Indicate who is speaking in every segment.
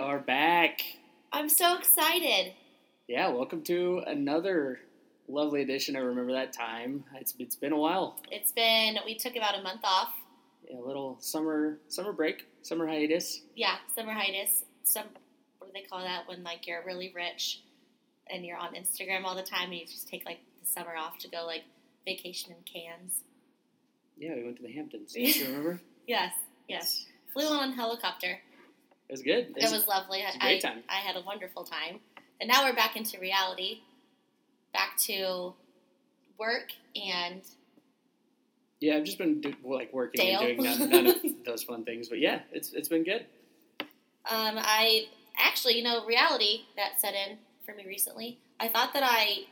Speaker 1: are back.
Speaker 2: I'm so excited.
Speaker 1: Yeah, welcome to another lovely edition of Remember That Time. It's it's been a while.
Speaker 2: It's been we took about a month off.
Speaker 1: A little summer summer break, summer hiatus.
Speaker 2: Yeah, summer hiatus. Some what do they call that when like you're really rich and you're on Instagram all the time and you just take like the summer off to go like vacation in Cannes.
Speaker 1: Yeah, we went to the Hamptons. Do you remember?
Speaker 2: Yes, yes. Flew on a helicopter.
Speaker 1: It was good.
Speaker 2: It was lovely.
Speaker 1: it's a great
Speaker 2: I,
Speaker 1: time.
Speaker 2: I had a wonderful time. And now we're back into reality, back to work and
Speaker 1: Yeah, I've just been do, like working
Speaker 2: Dale.
Speaker 1: and doing none, none of those fun things, but yeah, it's it's been good.
Speaker 2: Um, I actually, you know, reality that set in for me recently. I thought that I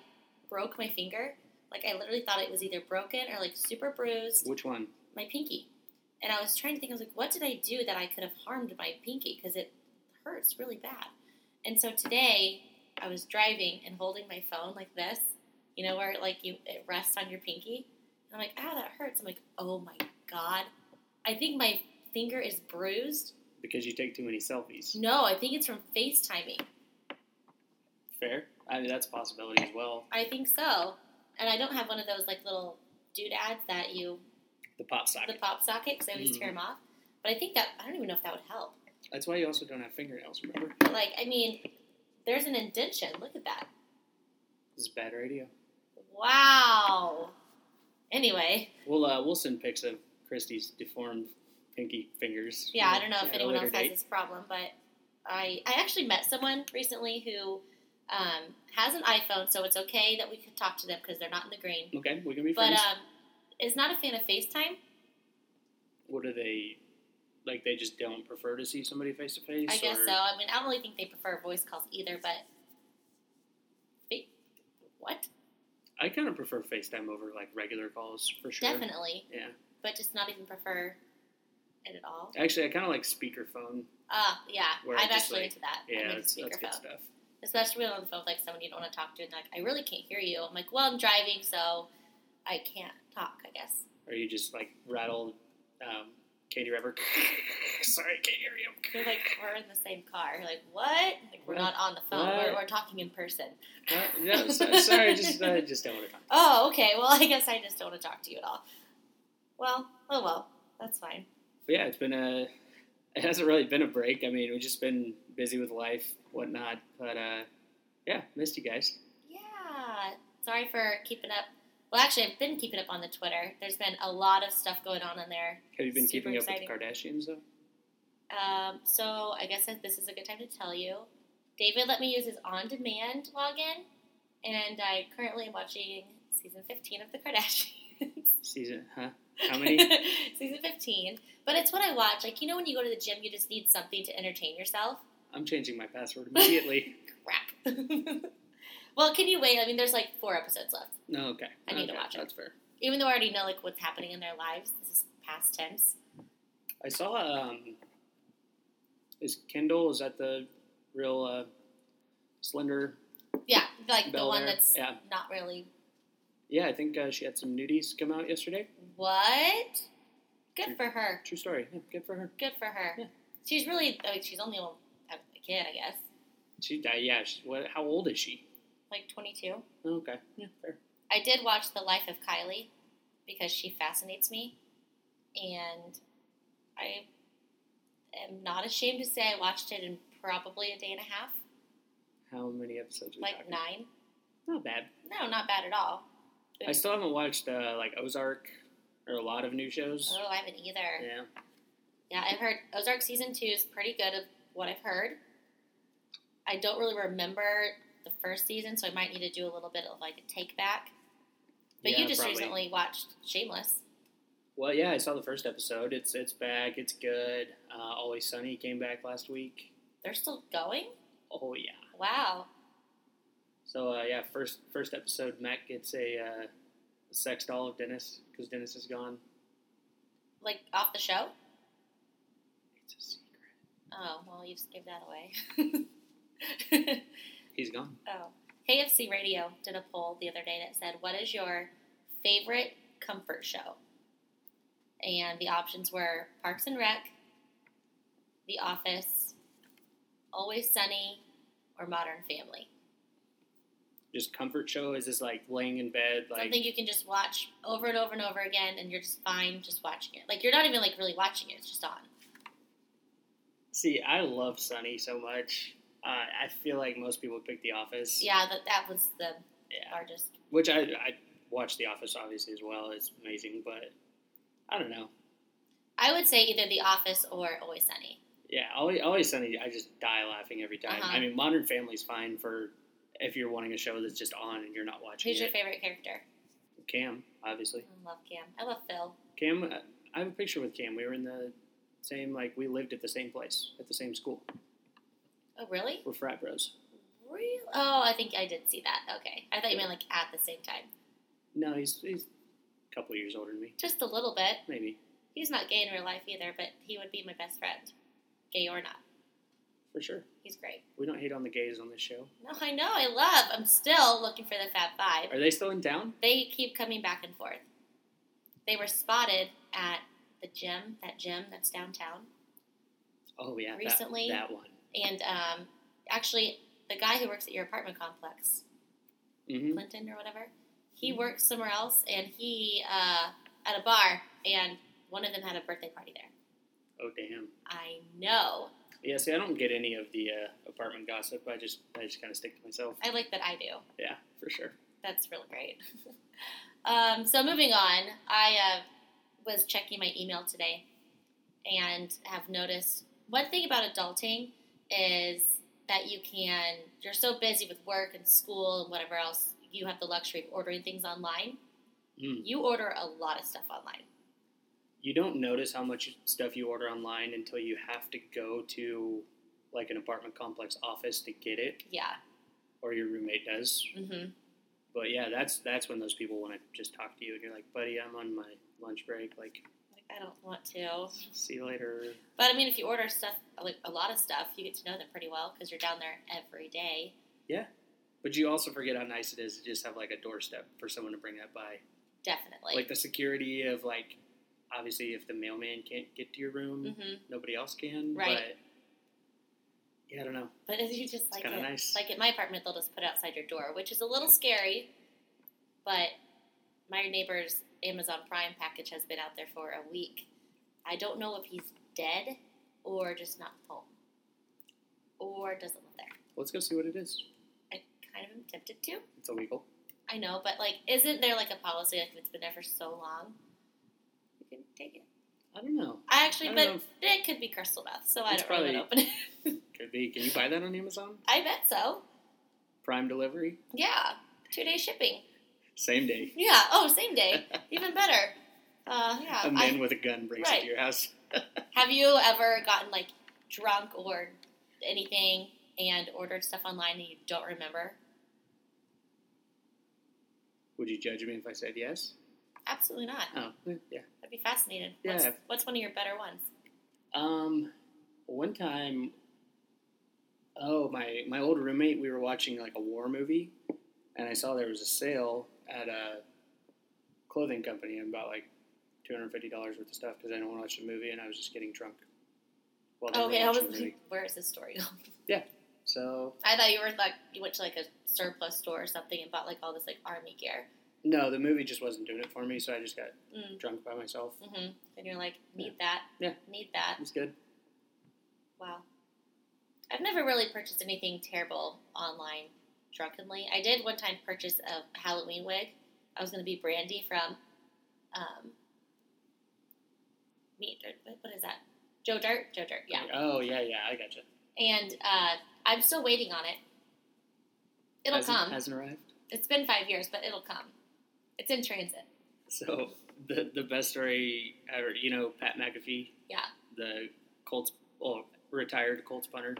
Speaker 2: broke my finger. Like I literally thought it was either broken or like super bruised
Speaker 1: Which one?
Speaker 2: my pinky. And I was trying to think. I was like, what did I do that I could have harmed my pinky because it hurts really bad. And so today I was driving and holding my phone like this, you know, where like you it rests on your pinky. And I'm like, ow, that hurts. I'm like, oh my god, I think my finger is bruised.
Speaker 1: Because you take too many selfies.
Speaker 2: No, I think it's from FaceTiming.
Speaker 1: Fair. I mean, that's a possibility as well.
Speaker 2: I think so. And I don't have one of those like little doodads that you
Speaker 1: The pop socket.
Speaker 2: the pop socket because I always
Speaker 1: Mm-hmm.
Speaker 2: tear them off. But I think that I don't even know if that would help.
Speaker 1: That's why you also don't have fingernails. Remember?
Speaker 2: But like, I mean, there's an indention. Look at that.
Speaker 1: This is bad radio.
Speaker 2: Wow. Anyway,
Speaker 1: We'll uh, we'll send pics of Christy's deformed pinky fingers.
Speaker 2: yeah, I don't know if
Speaker 1: at a
Speaker 2: anyone
Speaker 1: later
Speaker 2: else
Speaker 1: date.
Speaker 2: has this problem, but I I actually met someone recently who um, has an iPhone, so it's okay that we could talk to them because they're not in the green.
Speaker 1: Okay, we can be
Speaker 2: But
Speaker 1: friends.
Speaker 2: um, is not a fan of FaceTime.
Speaker 1: what are they like? They just don't prefer to see somebody face to face.
Speaker 2: I guess
Speaker 1: or-
Speaker 2: so. I mean, I don't really think they prefer voice calls either, but Fa- what?
Speaker 1: I kind of prefer FaceTime over like regular calls for sure.
Speaker 2: Definitely,
Speaker 1: Yeah,
Speaker 2: but just not even prefer it at all.
Speaker 1: actually, I kind of like speakerphone.
Speaker 2: Uh, yeah,
Speaker 1: Where
Speaker 2: I'm
Speaker 1: just,
Speaker 2: actually
Speaker 1: like-
Speaker 2: into that.
Speaker 1: Yeah,
Speaker 2: I'm into
Speaker 1: that's, that's good
Speaker 2: speakerphone,
Speaker 1: stuff.
Speaker 2: especially when on the phone with like someone you don't want to talk to, and like I really can't hear you. I'm like, well, I'm driving, so I can't talk. I guess.
Speaker 1: Or you just like rattle, um, Katie Rever. Sorry, I can't hear you.
Speaker 2: They're like, we're in the same car. Like, what? Like, we're not on the phone. We're,
Speaker 1: What?
Speaker 2: we're talking in person.
Speaker 1: Uh, yeah, so- sorry, just I just don't want to talk.
Speaker 2: Oh, okay. Well, I guess I just don't want to talk to you at all. Well, oh well. That's fine.
Speaker 1: But yeah, it's been a. It hasn't really been a break. I mean, we've just been busy with life, whatnot. But uh, yeah, missed you guys.
Speaker 2: Yeah. Sorry for keeping up. Well, actually, I've been keeping up on the Twitter. There's been a lot of stuff going on in there.
Speaker 1: Have you been
Speaker 2: Super
Speaker 1: keeping up with the Kardashians though?
Speaker 2: Um, so I guess that this is a good time to tell you. David let me use his on demand login, and I currently am watching season 15 of The Kardashians.
Speaker 1: Season, huh? How many?
Speaker 2: season 15. But it's what I watch. Like, you know, when you go to the gym, you just need something to entertain yourself?
Speaker 1: I'm changing my password immediately.
Speaker 2: Crap. well, can you wait? I mean, there's like four episodes left.
Speaker 1: No, okay.
Speaker 2: I need to
Speaker 1: Okay,
Speaker 2: watch it.
Speaker 1: That's fair.
Speaker 2: even though I already know like what's happening in their lives, this is past tense.
Speaker 1: I saw. Um, is Kendall? Is that the real uh, slender
Speaker 2: Yeah, like the
Speaker 1: belle
Speaker 2: one
Speaker 1: there?
Speaker 2: that's
Speaker 1: Yeah,
Speaker 2: not really
Speaker 1: yeah. I think uh, she had some nudies come out yesterday.
Speaker 2: what. Good for her.
Speaker 1: True story. Yeah, good for her.
Speaker 2: Good for her.
Speaker 1: Yeah.
Speaker 2: She's really. I mean, she's only a a kid, I guess,
Speaker 1: She, uh, yeah. She, what, how old is she? Oh,
Speaker 2: like 22.
Speaker 1: Okay. Yeah, fair.
Speaker 2: I did watch The Life of Kylie because she fascinates me, and I am not ashamed to say I watched it in probably a day and a half,
Speaker 1: How many episodes? Are we
Speaker 2: like
Speaker 1: talking?
Speaker 2: nine.
Speaker 1: Not bad.
Speaker 2: No, not bad at all.
Speaker 1: I still haven't watched uh, like Ozark or a lot of new shows.
Speaker 2: Oh, I haven't either.
Speaker 1: Yeah,
Speaker 2: Yeah, I've heard Ozark season two is pretty good of what I've heard. I don't really remember the first season, so I might need to do a little bit of like a take back. But
Speaker 1: Yeah,
Speaker 2: you just
Speaker 1: probably.
Speaker 2: recently watched Shameless.
Speaker 1: Well, yeah, I saw the first episode. It's it's back. It's good. Uh, Always Sunny came back last week.
Speaker 2: They're still going?
Speaker 1: Oh yeah.
Speaker 2: Wow.
Speaker 1: So uh, yeah, first first episode, Matt gets a uh, sex doll of Dennis because Dennis is gone.
Speaker 2: Like off the show?
Speaker 1: It's a secret.
Speaker 2: Oh, well, you just gave that away.
Speaker 1: He's gone.
Speaker 2: oh. KFC Radio did a poll the other day that said, What is your favorite comfort show? And the options were Parks and Rec, The Office, Always Sunny, or Modern Family.
Speaker 1: Just comfort show? Is this like laying in bed? Like
Speaker 2: Something you can just watch over and over and over again, and you're just fine just watching it. Like you're not even like really watching it; it's just on.
Speaker 1: see, I love Sunny so much. Uh, I feel like most people would pick The Office.
Speaker 2: Yeah, that that was the
Speaker 1: Yeah.
Speaker 2: largest.
Speaker 1: Which I I watch The Office obviously as well. It's amazing, but I don't know.
Speaker 2: I would say either The Office or Always Sunny.
Speaker 1: Yeah, always, always Sunny. I just die laughing every time.
Speaker 2: Uh-huh.
Speaker 1: I mean, Modern Family's fine for if you're wanting a show that's just on and you're not watching
Speaker 2: Who's your
Speaker 1: it.
Speaker 2: favorite character?
Speaker 1: Cam, obviously.
Speaker 2: I love Cam. I love Phil.
Speaker 1: Cam, uh, I have a picture with Cam. We were in the same like we lived at the same place at the same school.
Speaker 2: Oh, really?
Speaker 1: We're frat bros.
Speaker 2: Really? Oh, I think I did see that. Okay, I thought you meant like at the same time.
Speaker 1: No, he's he's a couple years older than me,
Speaker 2: Just a little bit.
Speaker 1: maybe
Speaker 2: He's not gay in real life either, but he would be my best friend, gay or not.
Speaker 1: for sure.
Speaker 2: He's great.
Speaker 1: We don't hate on the gays on this show.
Speaker 2: No, I know. I love. I'm still looking for the Fab Five.
Speaker 1: Are they still in town?
Speaker 2: They keep coming back and forth. They were spotted at the gym, that gym that's downtown,
Speaker 1: Oh yeah, that-
Speaker 2: Recently-
Speaker 1: that, one.
Speaker 2: and um, actually, the guy who works at your apartment complex,
Speaker 1: hmm
Speaker 2: Clinton or whatever. He works somewhere else, and he uh, at a bar, and one of them had a birthday party there.
Speaker 1: Oh damn.
Speaker 2: I know.
Speaker 1: Yeah, see, I don't get any of the uh, apartment gossip. I just I just kind of stick to myself.
Speaker 2: I like that I do.
Speaker 1: Yeah, for sure.
Speaker 2: That's really great. um, so moving on, I uh, was checking my email today, and have noticed one thing about adulting is that you can. You're so busy with work and school and whatever else. You have the luxury of ordering things online.
Speaker 1: Mm.
Speaker 2: You order a lot of stuff online.
Speaker 1: You don't notice how much stuff you order online until you have to go to like an apartment complex office to get it,
Speaker 2: Yeah.
Speaker 1: or your roommate does.
Speaker 2: Mm-hmm.
Speaker 1: But yeah, that's that's when those people want to just talk to you, and you're like, buddy, I'm on my lunch break. Like,
Speaker 2: Like, I don't want to.
Speaker 1: see you later.
Speaker 2: But I mean, if you order stuff, like a lot of stuff, you get to know them pretty well because you're down there every day.
Speaker 1: But you also forget how nice it is to just have like a doorstep for someone to bring that by.
Speaker 2: Definitely.
Speaker 1: Like the security of like, obviously, if the mailman can't get to your room,
Speaker 2: hmm
Speaker 1: nobody else can.
Speaker 2: Right.
Speaker 1: But yeah, I don't know.
Speaker 2: But if you just
Speaker 1: It's
Speaker 2: like
Speaker 1: kind
Speaker 2: it.
Speaker 1: of nice.
Speaker 2: Like at my apartment, they'll just put it outside your door, which is a little scary. But my neighbor's Amazon Prime package has been out there for a week. I don't know if he's dead or just not home or doesn't live there.
Speaker 1: Let's go see what it is.
Speaker 2: I kind of am tempted to.
Speaker 1: It's illegal.
Speaker 2: I know, but like, isn't there like a policy like if it's been there for so long, you can take it?
Speaker 1: I don't know.
Speaker 2: I actually,
Speaker 1: I
Speaker 2: but
Speaker 1: don't
Speaker 2: it could be crystal meth, so I
Speaker 1: It's
Speaker 2: don't really want to open it.
Speaker 1: Could be. Can you buy that on Amazon?
Speaker 2: I bet so.
Speaker 1: Prime delivery,
Speaker 2: Yeah, two day shipping.
Speaker 1: same day.
Speaker 2: Yeah. Oh, same day. Even better. Uh, yeah.
Speaker 1: A
Speaker 2: I-
Speaker 1: man with a gun breaks
Speaker 2: Right.
Speaker 1: into your house.
Speaker 2: have you ever gotten like drunk or anything and ordered stuff online and you don't remember?
Speaker 1: Would you judge me if I said yes?
Speaker 2: Absolutely not.
Speaker 1: Oh, yeah.
Speaker 2: I'd be fascinated. What's,
Speaker 1: Yeah.
Speaker 2: what's one of your better ones?
Speaker 1: Um, one time, oh my my old roommate, we were watching like a war movie, and I saw there was a sale at a clothing company and bought like two hundred fifty dollars worth of stuff because I didn't want to watch the movie and I was just getting drunk. While they were
Speaker 2: Okay, I was
Speaker 1: watching the
Speaker 2: like,
Speaker 1: movie.
Speaker 2: where is this story going?
Speaker 1: So
Speaker 2: I thought you were like you went to like a surplus store or something and bought like all this like army gear.
Speaker 1: no, the movie just wasn't doing it for me, so I just got
Speaker 2: Mm.
Speaker 1: drunk by myself.
Speaker 2: hmm And you're like, need that.
Speaker 1: Yeah.
Speaker 2: Need that.
Speaker 1: It was good.
Speaker 2: Wow. I've never really purchased anything terrible online drunkenly. I did one time purchase a Halloween wig. I was going to be Brandy from um, Meat Dirt. what- What is that? Joe Dirt? Joe Dirt, yeah.
Speaker 1: Oh yeah, yeah, I gotcha.
Speaker 2: And uh, I'm still waiting on it. It'll
Speaker 1: hasn't,
Speaker 2: come.
Speaker 1: Hasn't arrived.
Speaker 2: It's been five years, but it'll come. It's in transit.
Speaker 1: So the the best story ever, you know, Pat McAfee.
Speaker 2: Yeah.
Speaker 1: The Colts, well, retired Colts punter.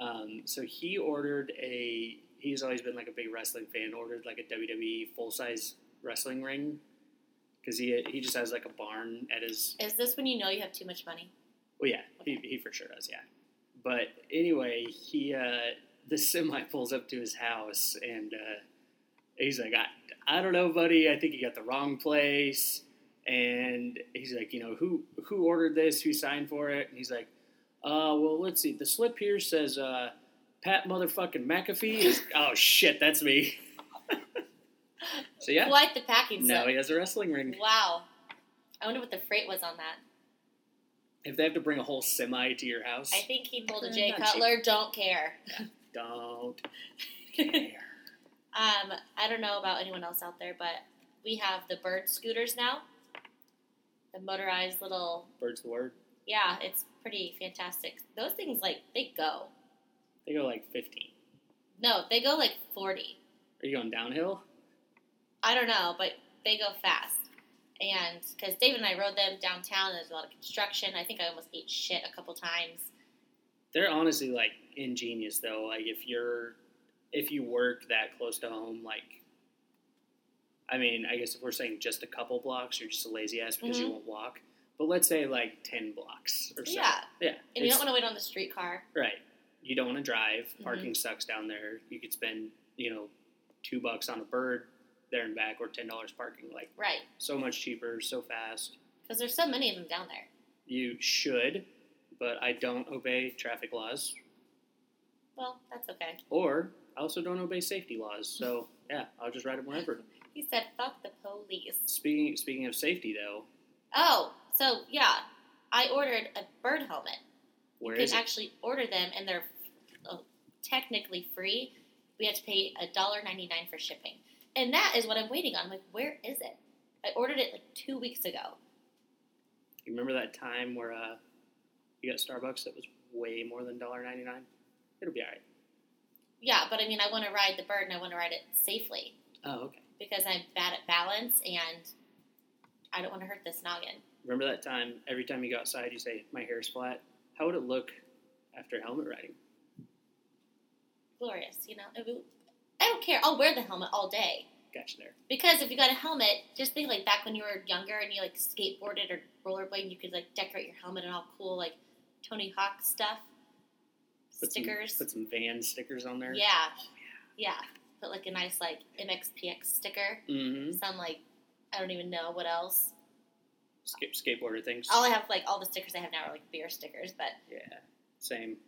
Speaker 1: Um, so he ordered a. He's always been like a big wrestling fan. Ordered like a WWE full size wrestling ring because he he just has like a barn at his
Speaker 2: Is this when you know you have too much money?
Speaker 1: well, yeah, he, he for sure does, yeah. But anyway, he uh, the semi pulls up to his house, and uh, he's like, I, I don't know, buddy. I think you got the wrong place. And he's like, you know, who who ordered this? Who signed for it? And he's like, Uh, well, let's see. The slip here says uh, Pat motherfucking McAfee is. oh shit, that's me. so yeah,
Speaker 2: Quite the packing
Speaker 1: now
Speaker 2: slip.
Speaker 1: he has a wrestling ring.
Speaker 2: Wow. I wonder what the freight was on that.
Speaker 1: If they have to bring a whole semi to your house,
Speaker 2: I think he pulled a
Speaker 1: Uh,
Speaker 2: Jay
Speaker 1: not
Speaker 2: Cutler. Don't care.
Speaker 1: don't
Speaker 2: um,
Speaker 1: care.
Speaker 2: I don't know about anyone else out there, but we have the bird scooters now. The motorized little,
Speaker 1: Bird's the word.
Speaker 2: yeah, it's pretty fantastic. Those things like they go.
Speaker 1: They go like 15.
Speaker 2: No, they go like forty.
Speaker 1: Are you going downhill?
Speaker 2: I don't know, but they go fast. And because David and I rode them downtown, and there's a lot of construction. I think I almost ate shit a couple times.
Speaker 1: They're honestly like ingenious though. Like if you're if you work that close to home, like I mean, I guess if we're saying just a couple blocks, you're just a lazy ass because
Speaker 2: Mm-hmm.
Speaker 1: you won't walk. But let's say like ten blocks or so.
Speaker 2: Yeah, and you
Speaker 1: Yeah. it's-
Speaker 2: don't Mm-hmm. want to wait on the streetcar.
Speaker 1: Right. You don't want to drive. Parking sucks down there. You could spend, you know, two bucks on a bird there and back or ten dollars parking. Like
Speaker 2: Right.
Speaker 1: so much cheaper, so fast.
Speaker 2: Because there's so many of them down there.
Speaker 1: You should, but I don't obey traffic laws.
Speaker 2: Well, that's okay.
Speaker 1: Or I also don't obey safety laws. So yeah, I'll just ride it whenever.
Speaker 2: He said, fuck the police.
Speaker 1: Speaking speaking of safety though,
Speaker 2: Oh, so yeah, I ordered a bird helmet.
Speaker 1: where
Speaker 2: you
Speaker 1: is
Speaker 2: can
Speaker 1: it?
Speaker 2: actually order them, and they're uh, technically free. We had to pay $1.99 for shipping. And that is what I'm waiting on. like, where is it? I ordered it like two weeks ago.
Speaker 1: You remember that time where uh, you got Starbucks that was way more than $1.99? It'll be alright.
Speaker 2: Yeah, but I mean, I want to ride the bird and I want to ride it safely
Speaker 1: Oh, okay.
Speaker 2: because I'm bad at balance and I don't want to hurt this noggin.
Speaker 1: Remember that time every time you go outside you say, My hair's flat? How would it look after helmet riding?
Speaker 2: Glorious, you know? It would- I don't care. I'll wear the helmet all day.
Speaker 1: Gotcha there.
Speaker 2: Because if you got a helmet, just think like back when you were younger and you like skateboarded or rollerbladed, you could like decorate your helmet and all cool like Tony Hawk stuff,
Speaker 1: Put
Speaker 2: stickers.
Speaker 1: Some, Oh, put some van stickers on there.
Speaker 2: yeah, yeah. Put like a nice like MXPX sticker.
Speaker 1: Mm-hmm.
Speaker 2: Some like I don't even know what else.
Speaker 1: Skip skateboarder things.
Speaker 2: All I have like all the stickers I have now are like beer stickers, but
Speaker 1: yeah. Same.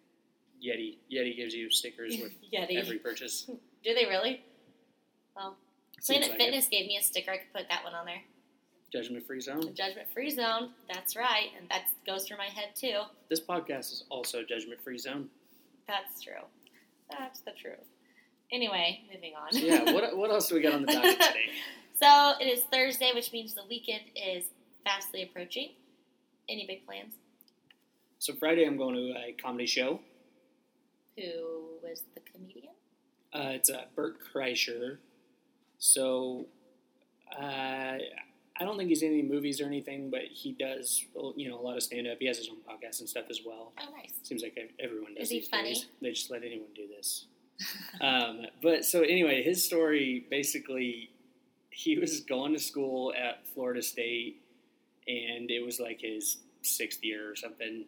Speaker 1: Yeti. Yeti gives you stickers with
Speaker 2: Yeti.
Speaker 1: every purchase.
Speaker 2: Do they really?
Speaker 1: Seems
Speaker 2: Planet
Speaker 1: like it.
Speaker 2: Fitness gave me a sticker. I could put that one on there.
Speaker 1: Judgment free zone.
Speaker 2: Judgment free zone. That's right, and that goes through my head too.
Speaker 1: This podcast is also judgment free zone.
Speaker 2: That's true. That's the truth. Anyway, moving on.
Speaker 1: So yeah, what, what else do we got on the docket today?
Speaker 2: so it is Thursday, which means the weekend is fastly approaching. Any big plans?
Speaker 1: So Friday I'm going to a comedy show.
Speaker 2: Who was the comedian?
Speaker 1: Uh, it's uh, Bert Kreischer. So uh, I don't think he's in any movies or anything, but he does you know a lot of stand up. He has his own podcast and stuff as well.
Speaker 2: Oh, nice.
Speaker 1: Seems like ev- everyone does
Speaker 2: Is he
Speaker 1: these
Speaker 2: funny?
Speaker 1: days. They just let anyone do this. um, but so anyway, his story basically, he was going to school at Florida State, and it was like his sixth year or something.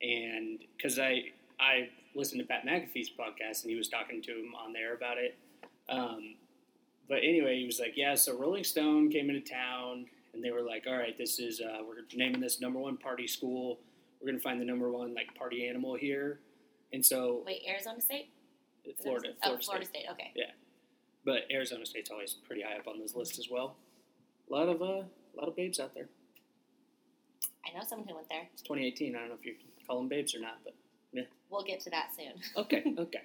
Speaker 1: And because I I listened to Pat McAfee's podcast, and he was talking to him on there about it. Um, but anyway, he was like, yeah. So Rolling Stone came into town, and they were like, all right, this is uh, we're naming this number one party school. We're gonna find the number one like party animal here. And so
Speaker 2: Wait, Arizona State?
Speaker 1: Florida,
Speaker 2: Oh,
Speaker 1: Florida, State.
Speaker 2: Florida State. Okay.
Speaker 1: But Arizona State's always pretty high up on those lists as well. A lot of uh, a lot of babes out there.
Speaker 2: I know someone who went there.
Speaker 1: It's 2018. I don't know if you can call them babes or not, but
Speaker 2: We'll get to that soon.
Speaker 1: okay, okay.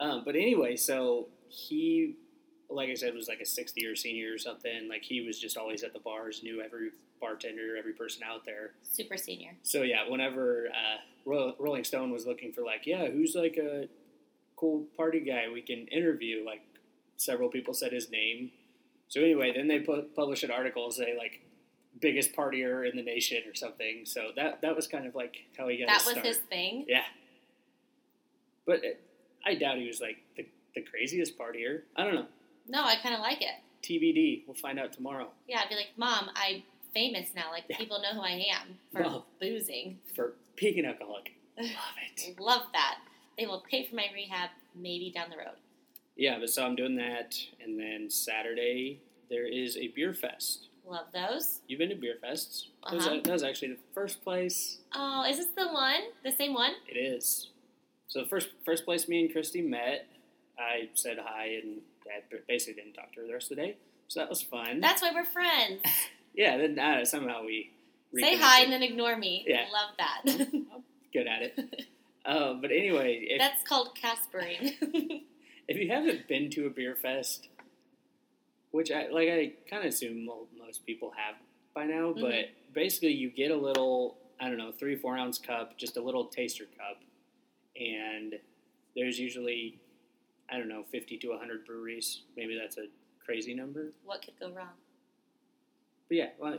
Speaker 1: Um, but anyway, so he, like I said, was like a sixth year senior or something. Like he was just always at the bars, knew every bartender, every person out there.
Speaker 2: Super senior.
Speaker 1: So yeah, whenever uh, Ro- Rolling Stone was looking for like, yeah, who's like a cool party guy we can interview, like several people said his name. So anyway, then they pu- publish an article and say like biggest partier in the nation or something. So that that was kind of like how he got
Speaker 2: that
Speaker 1: his
Speaker 2: was
Speaker 1: start.
Speaker 2: his thing.
Speaker 1: yeah. But it, I doubt he was like the, the craziest partier. I don't know.
Speaker 2: No, I kind of like it.
Speaker 1: TBD. We'll find out tomorrow.
Speaker 2: Yeah, I'd be like, Mom, I'm famous now. Like,
Speaker 1: Yeah.
Speaker 2: people know who I am for
Speaker 1: Wow.
Speaker 2: boozing.
Speaker 1: For peaking alcoholic, love it.
Speaker 2: Love that. They will pay for my rehab maybe down the road.
Speaker 1: Yeah, but so I'm doing that, and then Saturday there is a beer fest.
Speaker 2: Love those.
Speaker 1: You've been to beer fests. That, was,
Speaker 2: Uh-huh.
Speaker 1: that was actually the first place.
Speaker 2: Oh, is this the one? The same one?
Speaker 1: It is. So the first first place me and Christy met, I said hi and I b- basically didn't talk to her the rest of the day. So that was fun.
Speaker 2: That's why we're friends.
Speaker 1: yeah. Then uh, somehow we
Speaker 2: Say hi and
Speaker 1: reconnected.
Speaker 2: then ignore me.
Speaker 1: Yeah.
Speaker 2: Love that.
Speaker 1: Good at it. uh, but anyway, if,
Speaker 2: That's called caspering.
Speaker 1: if you haven't been to a beer fest, which I like, I kind of assume mo- most people have by now, but basically you get a little, I don't know, three four ounce cup, just a little taster cup, and there's usually, I don't know, fifty to hundred breweries. Maybe that's a crazy number,
Speaker 2: what could go wrong?
Speaker 1: but yeah. Well,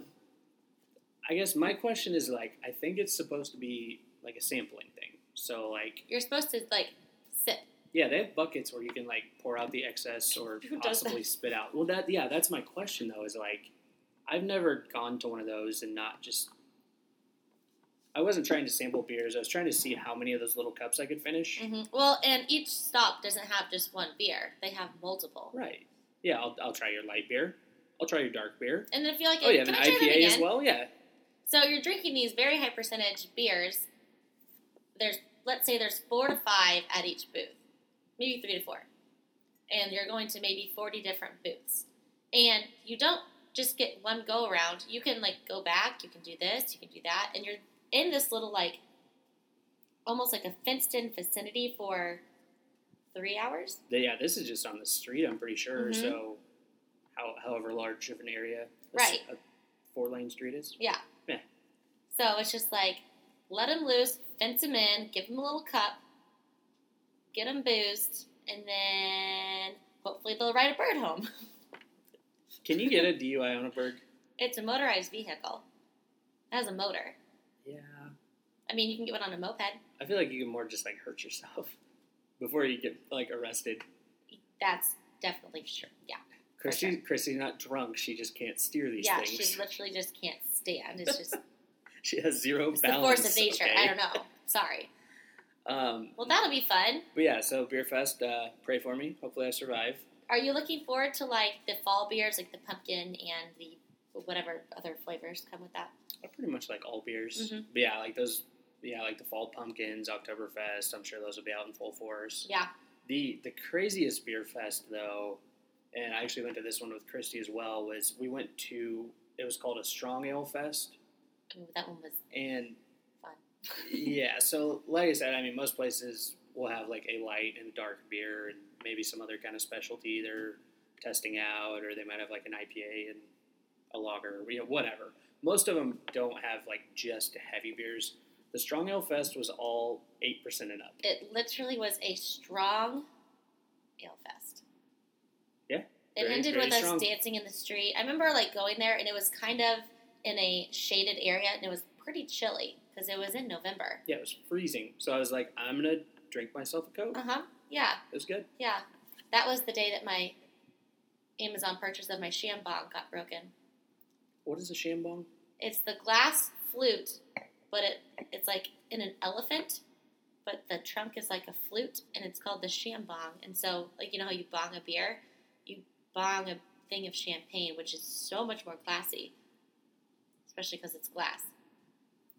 Speaker 1: I guess my question is like, I think it's supposed to be like a sampling thing. So like,
Speaker 2: You're supposed to like sip.
Speaker 1: Yeah, they have buckets where you can like pour out the excess or
Speaker 2: Who does
Speaker 1: possibly spit out. Well, that yeah, that's my question though. Is like, I've never gone to one of those and not just. I wasn't trying to sample beers. I was trying to see how many of those little cups I could finish.
Speaker 2: hmm Well, and each stop doesn't have just one beer; they have multiple.
Speaker 1: Right. Yeah, I'll, I'll try your light beer. I'll try your dark beer.
Speaker 2: And then if you're like,
Speaker 1: Oh yeah,
Speaker 2: can
Speaker 1: an
Speaker 2: I try that
Speaker 1: IPA
Speaker 2: again?
Speaker 1: as well. Yeah.
Speaker 2: So you're drinking these very high percentage beers. There's, let's say, there's four to five at each booth, maybe three to four, and you're going to maybe forty different booths, and you don't just get one go around. You can like go back. You can do this. You can do that, and you're in this little like, almost like a fenced-in vicinity for three hours.
Speaker 1: Th- Yeah, this is just on the street. I'm pretty sure.
Speaker 2: Mhm.
Speaker 1: So, how, however large of an area, a s-
Speaker 2: Right.
Speaker 1: a four lane street is.
Speaker 2: Yeah.
Speaker 1: Yeah.
Speaker 2: So it's just like, let them loose, fence them in, give them a little cup, get them boozed, and then hopefully they'll ride a bird home.
Speaker 1: Can you get a DUI on a bird?
Speaker 2: It's a motorized vehicle. It has a motor.
Speaker 1: Yeah.
Speaker 2: I mean, you can get one on a moped.
Speaker 1: I feel like you can more just like hurt yourself before you get like arrested.
Speaker 2: That's definitely sure. Yeah.
Speaker 1: Christy, Christy's not drunk. She just can't steer these
Speaker 2: yeah,
Speaker 1: things.
Speaker 2: she literally just can't stand. It's just
Speaker 1: She has zero
Speaker 2: it's the
Speaker 1: balance.
Speaker 2: force of nature. I don't know. Sorry.
Speaker 1: know. Um,
Speaker 2: Well, that'll be fun.
Speaker 1: but yeah, so beer fest. Uh, pray for me. Hopefully, I survive.
Speaker 2: Are you looking forward to like the fall beers, like the pumpkin and the whatever other flavors come with that?
Speaker 1: I pretty much like all beers.
Speaker 2: Mhm.
Speaker 1: But yeah, like those. Yeah, like the fall pumpkins, Oktoberfest. I'm sure those will be out in full force.
Speaker 2: Yeah.
Speaker 1: The the craziest beer fest though, and I actually went to this one with Christy as well. Was we went to it was called a strong ale fest,
Speaker 2: Ooh, that one was
Speaker 1: and
Speaker 2: Fun.
Speaker 1: yeah, so like I said, I mean, most places will have like a light and a dark beer, and maybe some other kind of specialty they're testing out, or they might have like an IPA and a lager, you know, whatever. Most of them don't have like just heavy beers. The Strong Ale Fest was all eight percent and up.
Speaker 2: it literally was a strong ale fest.
Speaker 1: Yeah,
Speaker 2: It
Speaker 1: very,
Speaker 2: ended
Speaker 1: very
Speaker 2: with
Speaker 1: strong.
Speaker 2: us dancing in the street. I remember like going there and it was kind of in a shaded area and it was pretty chilly because it was in November.
Speaker 1: Yeah, it was freezing, so I was like, I'm gonna drink myself a coke.
Speaker 2: Uh huh. Yeah,
Speaker 1: It was good.
Speaker 2: yeah. That was the day that my Amazon purchase of my shambong got broken.
Speaker 1: What is a shambong?
Speaker 2: It's the glass flute, but it it's like in an elephant, but the trunk is like a flute, and it's called the shambong. And so, like you know how you bong a beer, you bong a thing of champagne, which is so much more classy, especially because it's glass.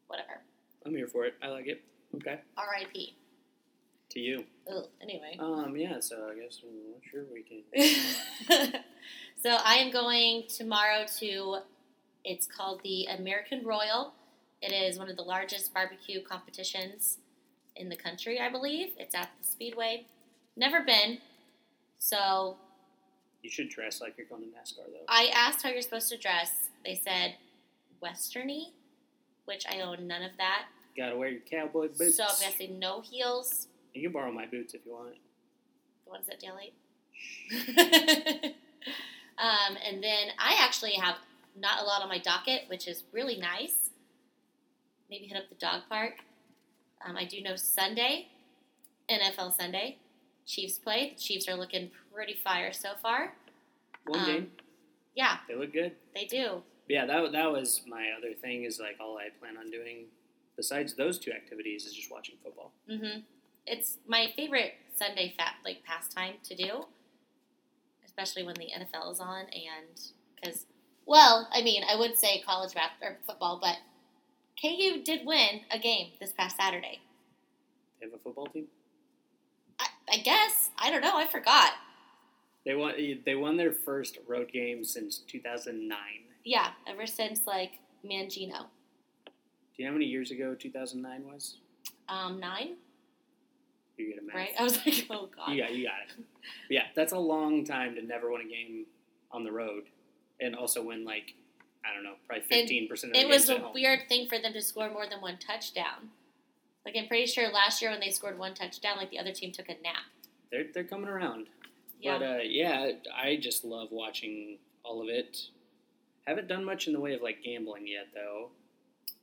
Speaker 2: Whatever.
Speaker 1: I'm here for it. I like it. Okay,
Speaker 2: R.I.P.
Speaker 1: to you.
Speaker 2: Ugh, anyway.
Speaker 1: Um, yeah. So I guess I'm not sure we can.
Speaker 2: so I am going tomorrow to. It's called the American Royal. It is one of the largest barbecue competitions in the country, I believe. It's at the Speedway. Never been, so
Speaker 1: You should dress like you're going to NASCAR though.
Speaker 2: I asked how you're supposed to dress. They said westerny, which I own none of that.
Speaker 1: Gotta wear your cowboy boots.
Speaker 2: So I'm gonna say no heels.
Speaker 1: You can borrow my boots if you want.
Speaker 2: the ones that dilate. um, and then I actually have not a lot on my docket, which is really nice. Maybe hit up the dog park. Um, I do know Sunday, NFL Sunday, Chiefs play. The Chiefs are looking pretty fire so far.
Speaker 1: One
Speaker 2: Um,
Speaker 1: game,
Speaker 2: Yeah,
Speaker 1: they look good.
Speaker 2: they do.
Speaker 1: Yeah, that that was my other thing. Is like all I plan on doing besides those two activities is just watching football.
Speaker 2: hmm It's my favorite Sunday fat like pastime to do, especially when the NFL is on, and because Well, I mean, I would say college bath or football, but KU did win a game this past Saturday.
Speaker 1: They have a football team.
Speaker 2: I, I guess I don't know. I forgot.
Speaker 1: They won. They won their first road game since 2009.
Speaker 2: Yeah, ever since like Mangino,
Speaker 1: Do you know how many years ago 2009 was?
Speaker 2: um, nine,
Speaker 1: You get a math.
Speaker 2: right? I was like, oh god.
Speaker 1: You got. You got it. But yeah, that's a long time to never win a game on the road, and also win like I don't know, probably 15 percent of the
Speaker 2: It was
Speaker 1: games at
Speaker 2: a
Speaker 1: home.
Speaker 2: weird thing for them to score more than one touchdown. Like I'm pretty sure last year when they scored one touchdown, like the other team took a nap.
Speaker 1: They're they're coming around.
Speaker 2: Yeah.
Speaker 1: But uh, yeah, I just love watching all of it. Haven't done much in the way of like gambling yet, though.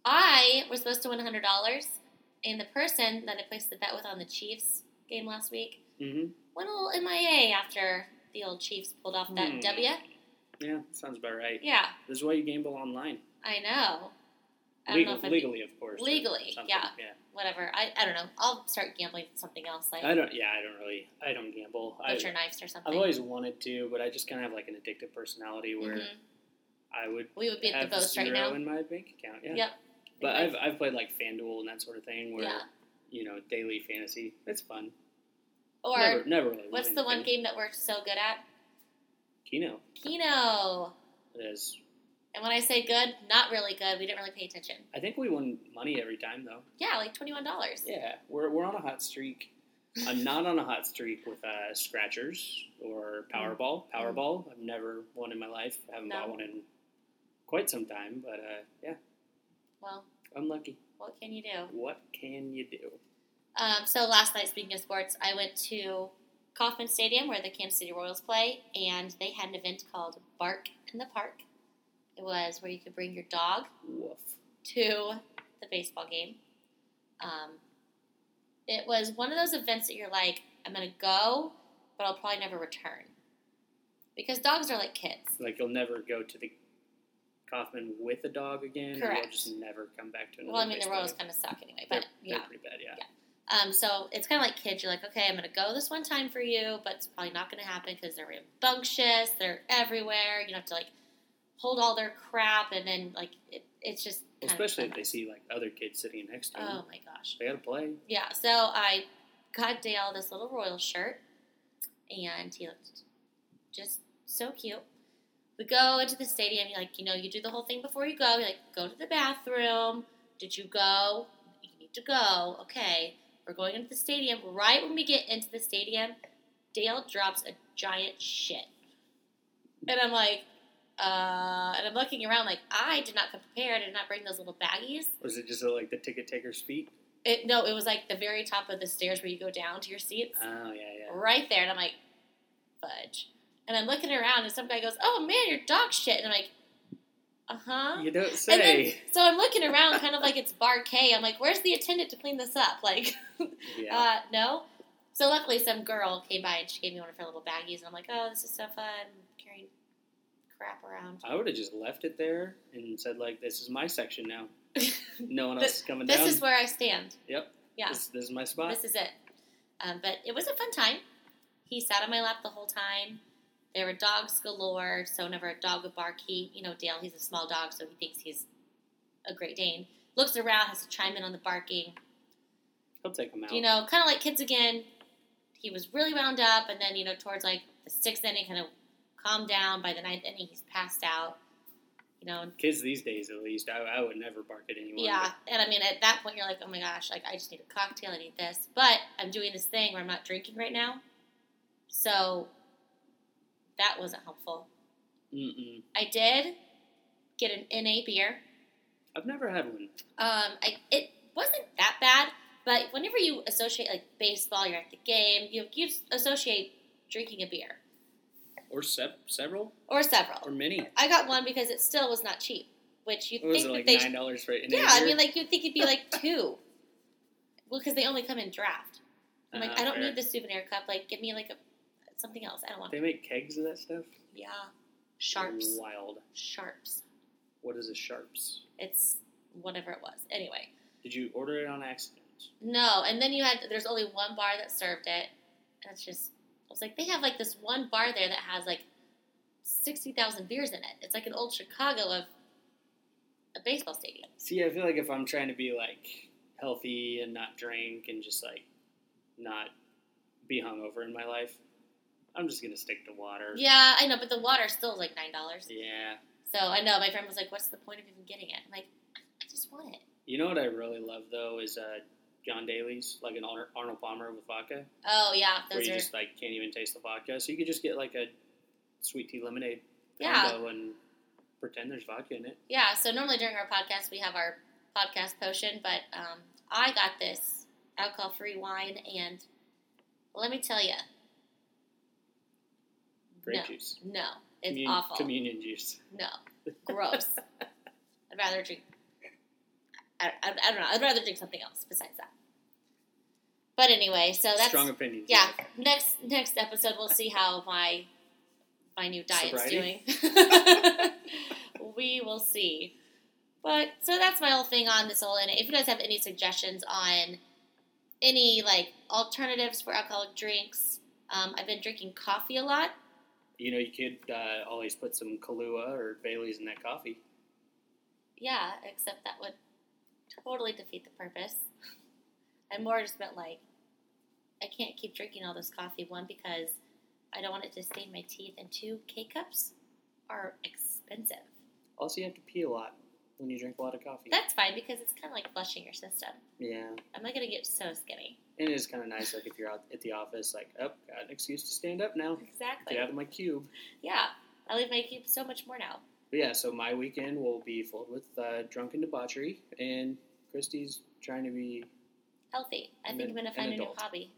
Speaker 2: I was supposed to win hundred dollars, and the person that I placed the bet with on the Chiefs game last week
Speaker 1: hmm
Speaker 2: went a little MIA after the old Chiefs pulled off that
Speaker 1: Hmm.
Speaker 2: W.
Speaker 1: Yeah, sounds about right.
Speaker 2: Yeah,
Speaker 1: This is why you gamble online,
Speaker 2: I know. I don't
Speaker 1: Legal,
Speaker 2: know if I'm
Speaker 1: legally, of course. or
Speaker 2: Legally,
Speaker 1: something,
Speaker 2: yeah.
Speaker 1: yeah.
Speaker 2: whatever. I, I don't know. I'll start gambling something else, like
Speaker 1: I don't. Yeah, I don't really. I don't gamble. I,
Speaker 2: butcher knives or something.
Speaker 1: I've always wanted to, but I just kind of have like an addictive personality where
Speaker 2: Mhm.
Speaker 1: I would
Speaker 2: We would be at
Speaker 1: have
Speaker 2: the most
Speaker 1: zero
Speaker 2: right now.
Speaker 1: in my bank account. Yeah.
Speaker 2: Yep. Mm-hmm.
Speaker 1: But
Speaker 2: Okay.
Speaker 1: I've, I've played like FanDuel and that sort of thing where
Speaker 2: Yeah.
Speaker 1: you know daily fantasy. It's fun.
Speaker 2: Or
Speaker 1: never, never really. win
Speaker 2: what's the one
Speaker 1: anything.
Speaker 2: game that we're so good at?
Speaker 1: Keno.
Speaker 2: Keno.
Speaker 1: It is
Speaker 2: And when I say good, not really good. We didn't really pay attention.
Speaker 1: I think we won money every time though.
Speaker 2: Yeah, like twenty one dollars.
Speaker 1: Yeah, we're, we're on a hot streak. I'm not on a hot streak with uh, scratchers or Powerball. Powerball, I've never won in my life. I haven't
Speaker 2: Mm. No.
Speaker 1: bought one in quite some time, but uh, yeah,
Speaker 2: Well,
Speaker 1: unlucky.
Speaker 2: what can you do?
Speaker 1: What can you do?
Speaker 2: Um, so last night, speaking of sports, I went to Kauffman Stadium where the Kansas City Royals play, and they had an event called Bark in the Park. It was where you could bring your dog
Speaker 1: Woof.
Speaker 2: to the baseball game. Um, it was one of those events that you're like, I'm gonna go, but I'll probably never return because dogs are like kids.
Speaker 1: Like you'll never go to the Kaufman with a dog again. Or
Speaker 2: Correct.
Speaker 1: you'll just never come back to another.
Speaker 2: Well, I mean, the
Speaker 1: baseball
Speaker 2: Royals
Speaker 1: game.
Speaker 2: kind of suck anyway,
Speaker 1: They're,
Speaker 2: but yeah.
Speaker 1: they're pretty bad. Yeah.
Speaker 2: Um, so it's kind of like kids. You're like, okay, I'm gonna go this one time for you, but it's probably not gonna happen because they're rambunctious. They're everywhere. You have to like hold all their crap, and then like it, it's just kind
Speaker 1: Especially
Speaker 2: of
Speaker 1: if they see like other kids sitting next to them.
Speaker 2: Oh my gosh.
Speaker 1: They gotta play.
Speaker 2: Yeah, so I got Dale this little royal shirt, and he looked just so cute. We go into the stadium. You like, you know, you do the whole thing before you go. You like, go to the bathroom. Did you go? You need to go. Okay, we're going into the stadium. Right when we get into the stadium, Dale drops a giant shit, and I'm like, uh, and I'm looking around like I did not come prepared. I did not bring those little baggies.
Speaker 1: Was it just uh, like the ticket taker's feet?
Speaker 2: It, no, it was like the very top of the stairs where you go down to your seats,
Speaker 1: Oh yeah, yeah.
Speaker 2: right there. And I'm like, fudge. And I'm looking around, and some guy goes, "Oh man, your dog shit." And I'm like, "Uh huh."
Speaker 1: You don't
Speaker 2: And then,
Speaker 1: say.
Speaker 2: so I'm looking around, kind of like it's bar K. I'm like, "Where's the attendant to clean this up?" Like,
Speaker 1: yeah.
Speaker 2: uh, no. So luckily, some girl came by and she gave me one of her little baggies, and I'm like, "Oh, this is so fun, carrying crap around."
Speaker 1: I would have just left it there and said, like, this is my section now. No one else
Speaker 2: This-
Speaker 1: is coming
Speaker 2: This
Speaker 1: down.
Speaker 2: is where I stand.
Speaker 1: yep.
Speaker 2: Yeah.
Speaker 1: This, this is my spot.
Speaker 2: This is it. Um, but it was a fun time. He sat on my lap the whole time. There were dogs galore, so whenever a dog with bark, he, you know, Dale, he's a small dog, so he thinks he's a Great Dane. Looks around, has to chime in on the barking.
Speaker 1: He'll take them out.
Speaker 2: You know, kind of like kids again. He was really wound up, and then, you know, towards like the sixth inning, kind of calmed down. By the ninth inning, he's passed out. You know, and
Speaker 1: Kids these days, at least, I, I would never bark at anyone.
Speaker 2: yeah, and I mean, at that point, you're like, oh my gosh, like I just need a cocktail, I need this. But I'm doing this thing where I'm not drinking right now, so that wasn't helpful.
Speaker 1: but- Mm-mm.
Speaker 2: I did get an NA beer.
Speaker 1: I've never had one.
Speaker 2: Um, I, it wasn't that bad, but whenever you associate like baseball, you're at the game, you you associate drinking a beer
Speaker 1: Or se- several.
Speaker 2: or several.
Speaker 1: Or many.
Speaker 2: I got one because it still was not cheap, which you
Speaker 1: What was
Speaker 2: think
Speaker 1: it,
Speaker 2: that
Speaker 1: like
Speaker 2: they
Speaker 1: $9 for it?
Speaker 2: Yeah, I mean, like you'd think it'd be like two. well, because they only come in draft. I'm
Speaker 1: Uh, Ah,
Speaker 2: like, I don't need the souvenir cup. Like, give me like a something else. I don't want.
Speaker 1: They make kegs of that stuff?
Speaker 2: Yeah, sharps,
Speaker 1: Wild.
Speaker 2: sharps.
Speaker 1: What is a Sharps?
Speaker 2: It's whatever it was. Anyway,
Speaker 1: Did you order it on accident?
Speaker 2: no. And then you had there's only one bar that served it. And it's just I was like, they have like this one bar there that has like sixty thousand beers in it. It's like an old Chicago of a baseball stadium.
Speaker 1: See, I feel like if I'm trying to be like healthy and not drink and just like not be hungover in my life, I'm just gonna stick to water.
Speaker 2: Yeah, I know, but the water's still like nine dollars.
Speaker 1: Yeah.
Speaker 2: So I know my friend was like, "What's the point of even getting it?" I'm like, "I just want it."
Speaker 1: You know what I really love though is uh, John Daly's, like an Ar- Arnold Palmer with vodka,
Speaker 2: Oh yeah,
Speaker 1: where
Speaker 2: those
Speaker 1: you
Speaker 2: are
Speaker 1: just like can't even taste the vodka. So you could just get like a sweet tea lemonade
Speaker 2: Yeah.
Speaker 1: combo and pretend there's vodka in it.
Speaker 2: yeah. So normally during our podcast we have our podcast potion, but um, I got this alcohol-free wine, and let me tell you,
Speaker 1: Grape
Speaker 2: no,
Speaker 1: juice,
Speaker 2: no, it's
Speaker 1: Commun-
Speaker 2: awful.
Speaker 1: communion juice.
Speaker 2: No, gross. I'd rather drink. I, I, I don't know. I'd rather drink something else besides that. But anyway, so that's
Speaker 1: Strong opinions.
Speaker 2: yeah. Next next episode, we'll see how my my new diet's
Speaker 1: Sobriety?
Speaker 2: doing. we will see. But so that's my whole thing on this whole. And if you guys have any suggestions on any like alternatives for alcoholic drinks, um, I've been drinking coffee a lot.
Speaker 1: You know, you could uh, always put some Kahlua or Bailey's in that coffee.
Speaker 2: Yeah, except that would totally defeat the purpose. I more just meant like, I can't keep drinking all this coffee. One, because I don't want it to stain my teeth, and two, K cups are expensive.
Speaker 1: Also, you have to pee a lot when you drink a lot of coffee.
Speaker 2: That's fine because it's kind of like flushing your system.
Speaker 1: yeah,
Speaker 2: I'm not gonna get so skinny.
Speaker 1: and it is kind of nice. Like if you're out at the office, like, oh, got an excuse to stand up now.
Speaker 2: Exactly.
Speaker 1: Get out of my cube.
Speaker 2: Yeah, I leave my cube so much more now.
Speaker 1: But yeah, so my weekend will be filled with uh, drunken debauchery, and Christy's trying to be.
Speaker 2: Healthy. I
Speaker 1: And
Speaker 2: think
Speaker 1: an-
Speaker 2: I'm gonna
Speaker 1: an
Speaker 2: find a new
Speaker 1: adult.
Speaker 2: hobby.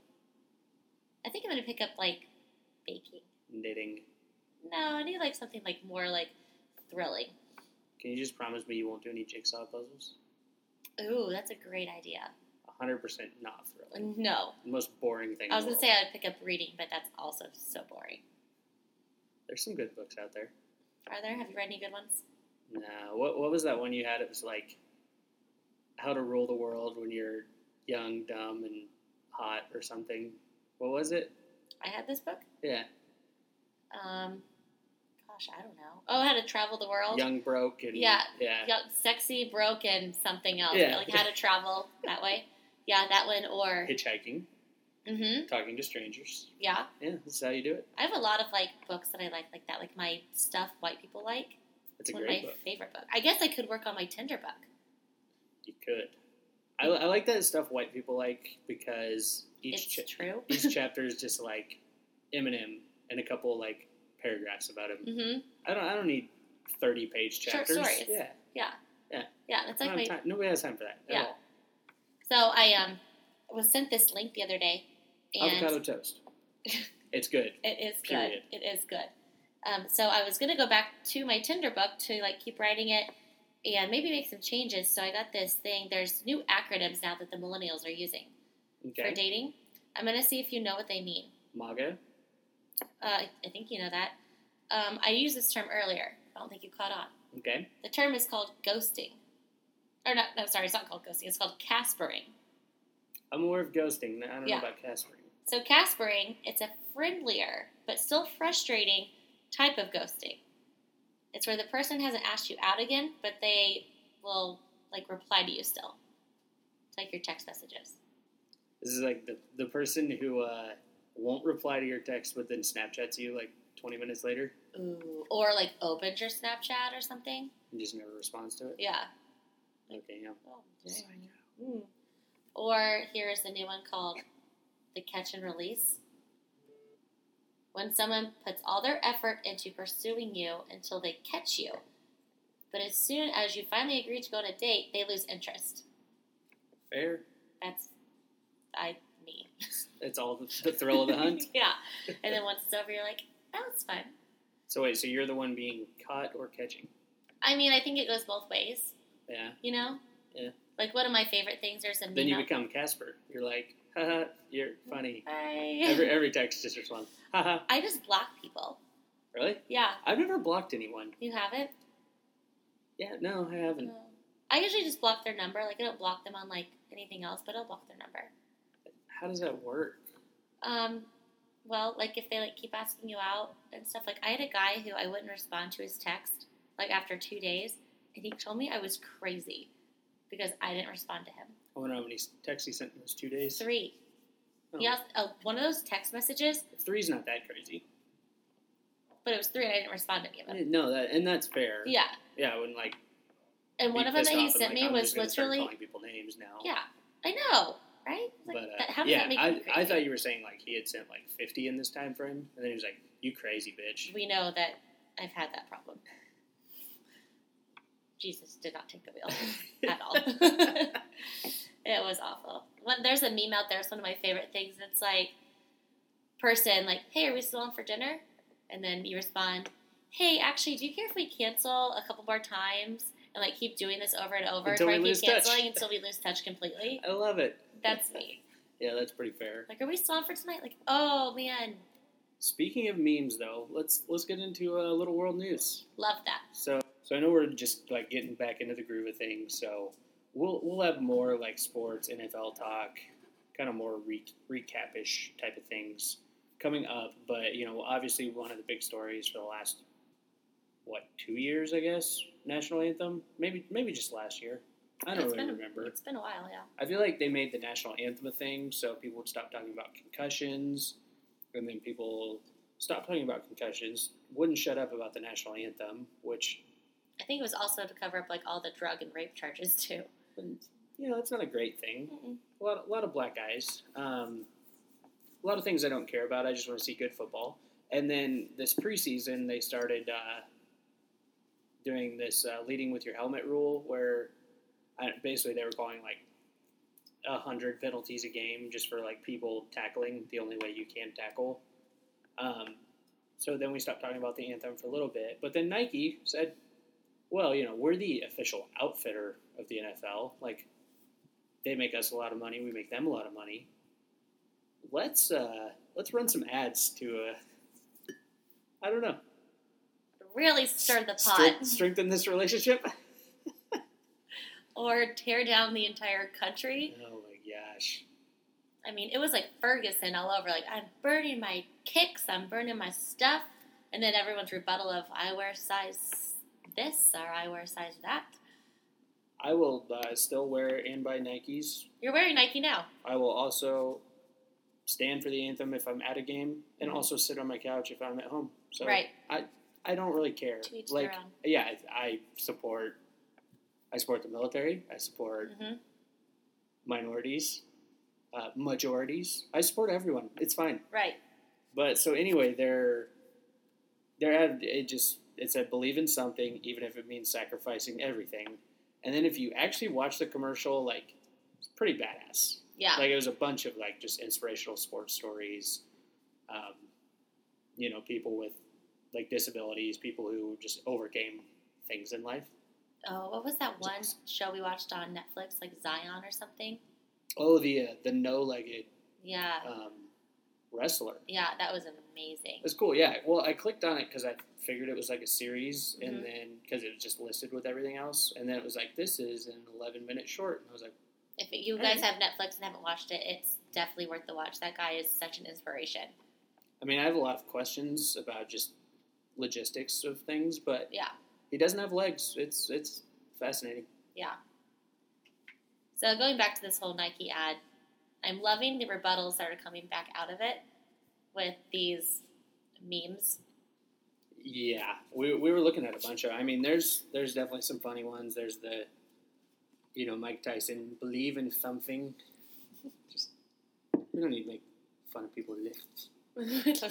Speaker 2: I think I'm gonna pick up like baking.
Speaker 1: Knitting.
Speaker 2: No, I need like something like more like thrilling.
Speaker 1: Can you just promise me you won't do any jigsaw puzzles?
Speaker 2: Ooh, that's a great idea.
Speaker 1: 100% not thrilling.
Speaker 2: No,
Speaker 1: The most boring thing.
Speaker 2: I was
Speaker 1: in the
Speaker 2: gonna say
Speaker 1: world.
Speaker 2: I'd pick up reading, but that's also so boring.
Speaker 1: There's some good books out there.
Speaker 2: Are there? Have you read any good ones?
Speaker 1: No. What, what was that one you had? It was like How to Rule the World When You're Young, Dumb, and Hot or something. What was it?
Speaker 2: I had this book.
Speaker 1: Yeah.
Speaker 2: Um, gosh, I don't know. Oh, how to travel the world.
Speaker 1: Young, Broke, and.
Speaker 2: Yeah.
Speaker 1: Yeah.
Speaker 2: Yeah, sexy, broke, and something else.
Speaker 1: Yeah.
Speaker 2: Like how to travel that way. Yeah, that one. Or
Speaker 1: Hitchhiking,
Speaker 2: mm-hmm.
Speaker 1: Talking to Strangers.
Speaker 2: Yeah,
Speaker 1: Yeah, this is how you do it.
Speaker 2: I have a lot of like books that I like like that. Like my stuff white people like.
Speaker 1: It's a
Speaker 2: one of
Speaker 1: great
Speaker 2: my
Speaker 1: book.
Speaker 2: favorite book. I guess I could work on my Tinder book.
Speaker 1: You could. I, I like that stuff white people like because
Speaker 2: it's
Speaker 1: each cha-
Speaker 2: true.
Speaker 1: each chapter is just like Eminem and a couple like paragraphs about him.
Speaker 2: Mm-hmm.
Speaker 1: I don't I don't need thirty page
Speaker 2: Short
Speaker 1: chapters.
Speaker 2: stories.
Speaker 1: Yeah,
Speaker 2: Yeah, that's like
Speaker 1: I don't
Speaker 2: my
Speaker 1: have time- nobody has time for that
Speaker 2: Yeah.
Speaker 1: at all.
Speaker 2: So I um was sent this link the other day, and
Speaker 1: Avocado toast. It's good.
Speaker 2: it is
Speaker 1: period.
Speaker 2: good. It is good. Um, so I was gonna go back to my Tinder book to like keep writing it and maybe make some changes. So I got this thing. There's new acronyms now that the millennials are using for
Speaker 1: Okay,
Speaker 2: dating. I'm gonna see if you know what they mean.
Speaker 1: MAGA.
Speaker 2: Uh, I, I think you know that. Um, I used this term earlier. I don't think you caught on.
Speaker 1: Okay,
Speaker 2: The term is called ghosting. Or not? No, sorry. It's not called ghosting. It's called caspering.
Speaker 1: I'm aware of ghosting. I don't
Speaker 2: Yeah.
Speaker 1: know about caspering.
Speaker 2: So caspering, it's a friendlier but still frustrating type of ghosting. It's where the person hasn't asked you out again, but they will like reply to you still. It's like your text messages.
Speaker 1: This is like the the person who uh, won't reply to your text but then Snapchats you like 20 minutes later
Speaker 2: Ooh. Or like opens your Snapchat or something.
Speaker 1: and just never responds to it.
Speaker 2: Yeah.
Speaker 1: Okay, yeah.
Speaker 2: Oh, dang. Mm. Or here's the new one called the catch and release. When someone puts all their effort into pursuing you until they catch you, but as soon as you finally agree to go on a date, they lose interest.
Speaker 1: Fair.
Speaker 2: That's I me.
Speaker 1: It's all the, the thrill of the hunt.
Speaker 2: yeah. And then once it's over, you're like, that was fun.
Speaker 1: So wait, so you're the one being caught or catching?
Speaker 2: I mean, I think it goes both ways.
Speaker 1: Yeah.
Speaker 2: You know.
Speaker 1: Yeah.
Speaker 2: Like one of my favorite things. There's a
Speaker 1: Then you
Speaker 2: meme out-
Speaker 1: become Casper. You're like, haha, you're funny.
Speaker 2: Bye.
Speaker 1: Every every text just responds, haha.
Speaker 2: I just block people.
Speaker 1: Really?
Speaker 2: Yeah.
Speaker 1: I've never blocked anyone.
Speaker 2: You have it.
Speaker 1: Yeah, no, I haven't.
Speaker 2: No. I usually just block their number. Like I don't block them on like anything else, but I'll block their number.
Speaker 1: How does that work?
Speaker 2: Um, Well, like if they like keep asking you out and stuff. Like I had a guy who I wouldn't respond to his text like after two days, and he told me I was crazy because I didn't respond to him.
Speaker 1: I wonder how many texts Oh, he sent in those two days.
Speaker 2: Three.
Speaker 1: Oh,
Speaker 2: Yes, oh, one of those text messages,
Speaker 1: Three's not that crazy.
Speaker 2: but it was three, and I didn't respond to any of them.
Speaker 1: No, that and that's fair.
Speaker 2: Yeah,
Speaker 1: Yeah, I wouldn't like.
Speaker 2: and
Speaker 1: be
Speaker 2: one of them
Speaker 1: pissed
Speaker 2: that he
Speaker 1: off and,
Speaker 2: sent
Speaker 1: like,
Speaker 2: me
Speaker 1: I'm
Speaker 2: was
Speaker 1: just gonna start
Speaker 2: literally
Speaker 1: calling people names now.
Speaker 2: yeah. I know, right? It's
Speaker 1: But
Speaker 2: Like,
Speaker 1: uh,
Speaker 2: that, how does
Speaker 1: yeah,
Speaker 2: that make
Speaker 1: I,
Speaker 2: you crazy?
Speaker 1: I thought you were saying like he had sent like 50 in this time frame, and then he was like, "You crazy bitch."
Speaker 2: we know that I've had that problem. Jesus did not take the wheel at all. it was awful. When, there's a meme out there. It's one of my favorite things. It's like person like, "Hey, are we still on for dinner?" And then you respond, "Hey, actually, do you care if we cancel a couple more times?" And like keep doing this over and over
Speaker 1: Until
Speaker 2: and try
Speaker 1: we
Speaker 2: to
Speaker 1: lose
Speaker 2: keep
Speaker 1: touch.
Speaker 2: canceling until we lose touch completely.
Speaker 1: I love it.
Speaker 2: That's me.
Speaker 1: Yeah, that's pretty fair.
Speaker 2: Like, are we still on for tonight? Like, oh man,
Speaker 1: Speaking of memes, though, let's let's get into a uh, little world news.
Speaker 2: love that.
Speaker 1: So so I know we're just like getting back into the groove of things. So we'll we'll have more like sports, NFL talk, kind of more re- recapish type of things coming up. But you know, obviously one of the big stories for the last what two years, I guess, national anthem. Maybe maybe just last year. I
Speaker 2: It's
Speaker 1: don't really
Speaker 2: been-
Speaker 1: remember.
Speaker 2: It's been a while, yeah.
Speaker 1: I feel like they made the national anthem a thing, so people would stop talking about concussions, and then people stopped talking about concussions, wouldn't shut up about the national anthem, which,
Speaker 2: I think it was also to cover up like all the drug and rape charges too.
Speaker 1: you know, it's not a great thing. A lot, a lot of black eyes. Um, a lot of things I don't care about. I just want to see good football. And then this preseason, they started uh, doing this uh, leading with your helmet rule, where I, basically they were calling like a hundred penalties a game just for like people tackling the only way you can tackle. Um, so then we stopped talking about the anthem for a little bit. But then Nike said, "Well, you know, we're the official outfitter of the NFL. Like, they make us a lot of money. We make them a lot of money. Let's uh, let's run some ads to uh, I don't know
Speaker 2: Really stir the pot
Speaker 1: stre- strengthen this relationship.
Speaker 2: or tear down the entire country.
Speaker 1: Oh my gosh!
Speaker 2: I mean, it was like Ferguson all over. Like I'm burning my kicks, I'm burning my stuff, and then everyone's rebuttal of I wear size this or I wear size that.
Speaker 1: I will uh, still wear and buy Nikes.
Speaker 2: You're wearing Nike now.
Speaker 1: I will also stand for the anthem if I'm at a game, and also sit on my couch if I'm at home. So
Speaker 2: Right.
Speaker 1: I I don't really care.
Speaker 2: To each
Speaker 1: Like
Speaker 2: their own.
Speaker 1: yeah, I, I support I support the military. I support
Speaker 2: hmm
Speaker 1: minorities, uh, majorities. I support everyone. It's fine.
Speaker 2: Right.
Speaker 1: But so anyway, they're they're at, it just it said believe in something even if it means sacrificing everything. And then if you actually watch the commercial, like it's pretty badass.
Speaker 2: Yeah.
Speaker 1: Like it was a bunch of like just inspirational sports stories. Um, you know, people with like disabilities, people who just overcame things in life.
Speaker 2: oh, what was that one show we watched on Netflix? Like Zion or something?
Speaker 1: Oh, the uh, the no legged
Speaker 2: Yeah.
Speaker 1: um, wrestler.
Speaker 2: Yeah, that was amazing.
Speaker 1: It's cool, yeah. Well, I clicked on it because I figured it was like a series,
Speaker 2: Mhm.
Speaker 1: and then because it was just listed with everything else, and then it was like this is an eleven minute short, and I was like,
Speaker 2: If you
Speaker 1: Alright.
Speaker 2: guys have Netflix and haven't watched it, it's definitely worth the watch. That guy is such an inspiration.
Speaker 1: I mean, I have a lot of questions about just logistics of things, but
Speaker 2: Yeah,
Speaker 1: he doesn't have legs. It's it's fascinating.
Speaker 2: yeah. So going back to this whole Nike ad, I'm loving the rebuttals that are coming back out of it with these memes.
Speaker 1: Yeah, we, we were looking at a bunch of. I mean, there's there's definitely some funny ones. There's the, you know, Mike Tyson believe in something. Just we don't need to make fun of people. Lift.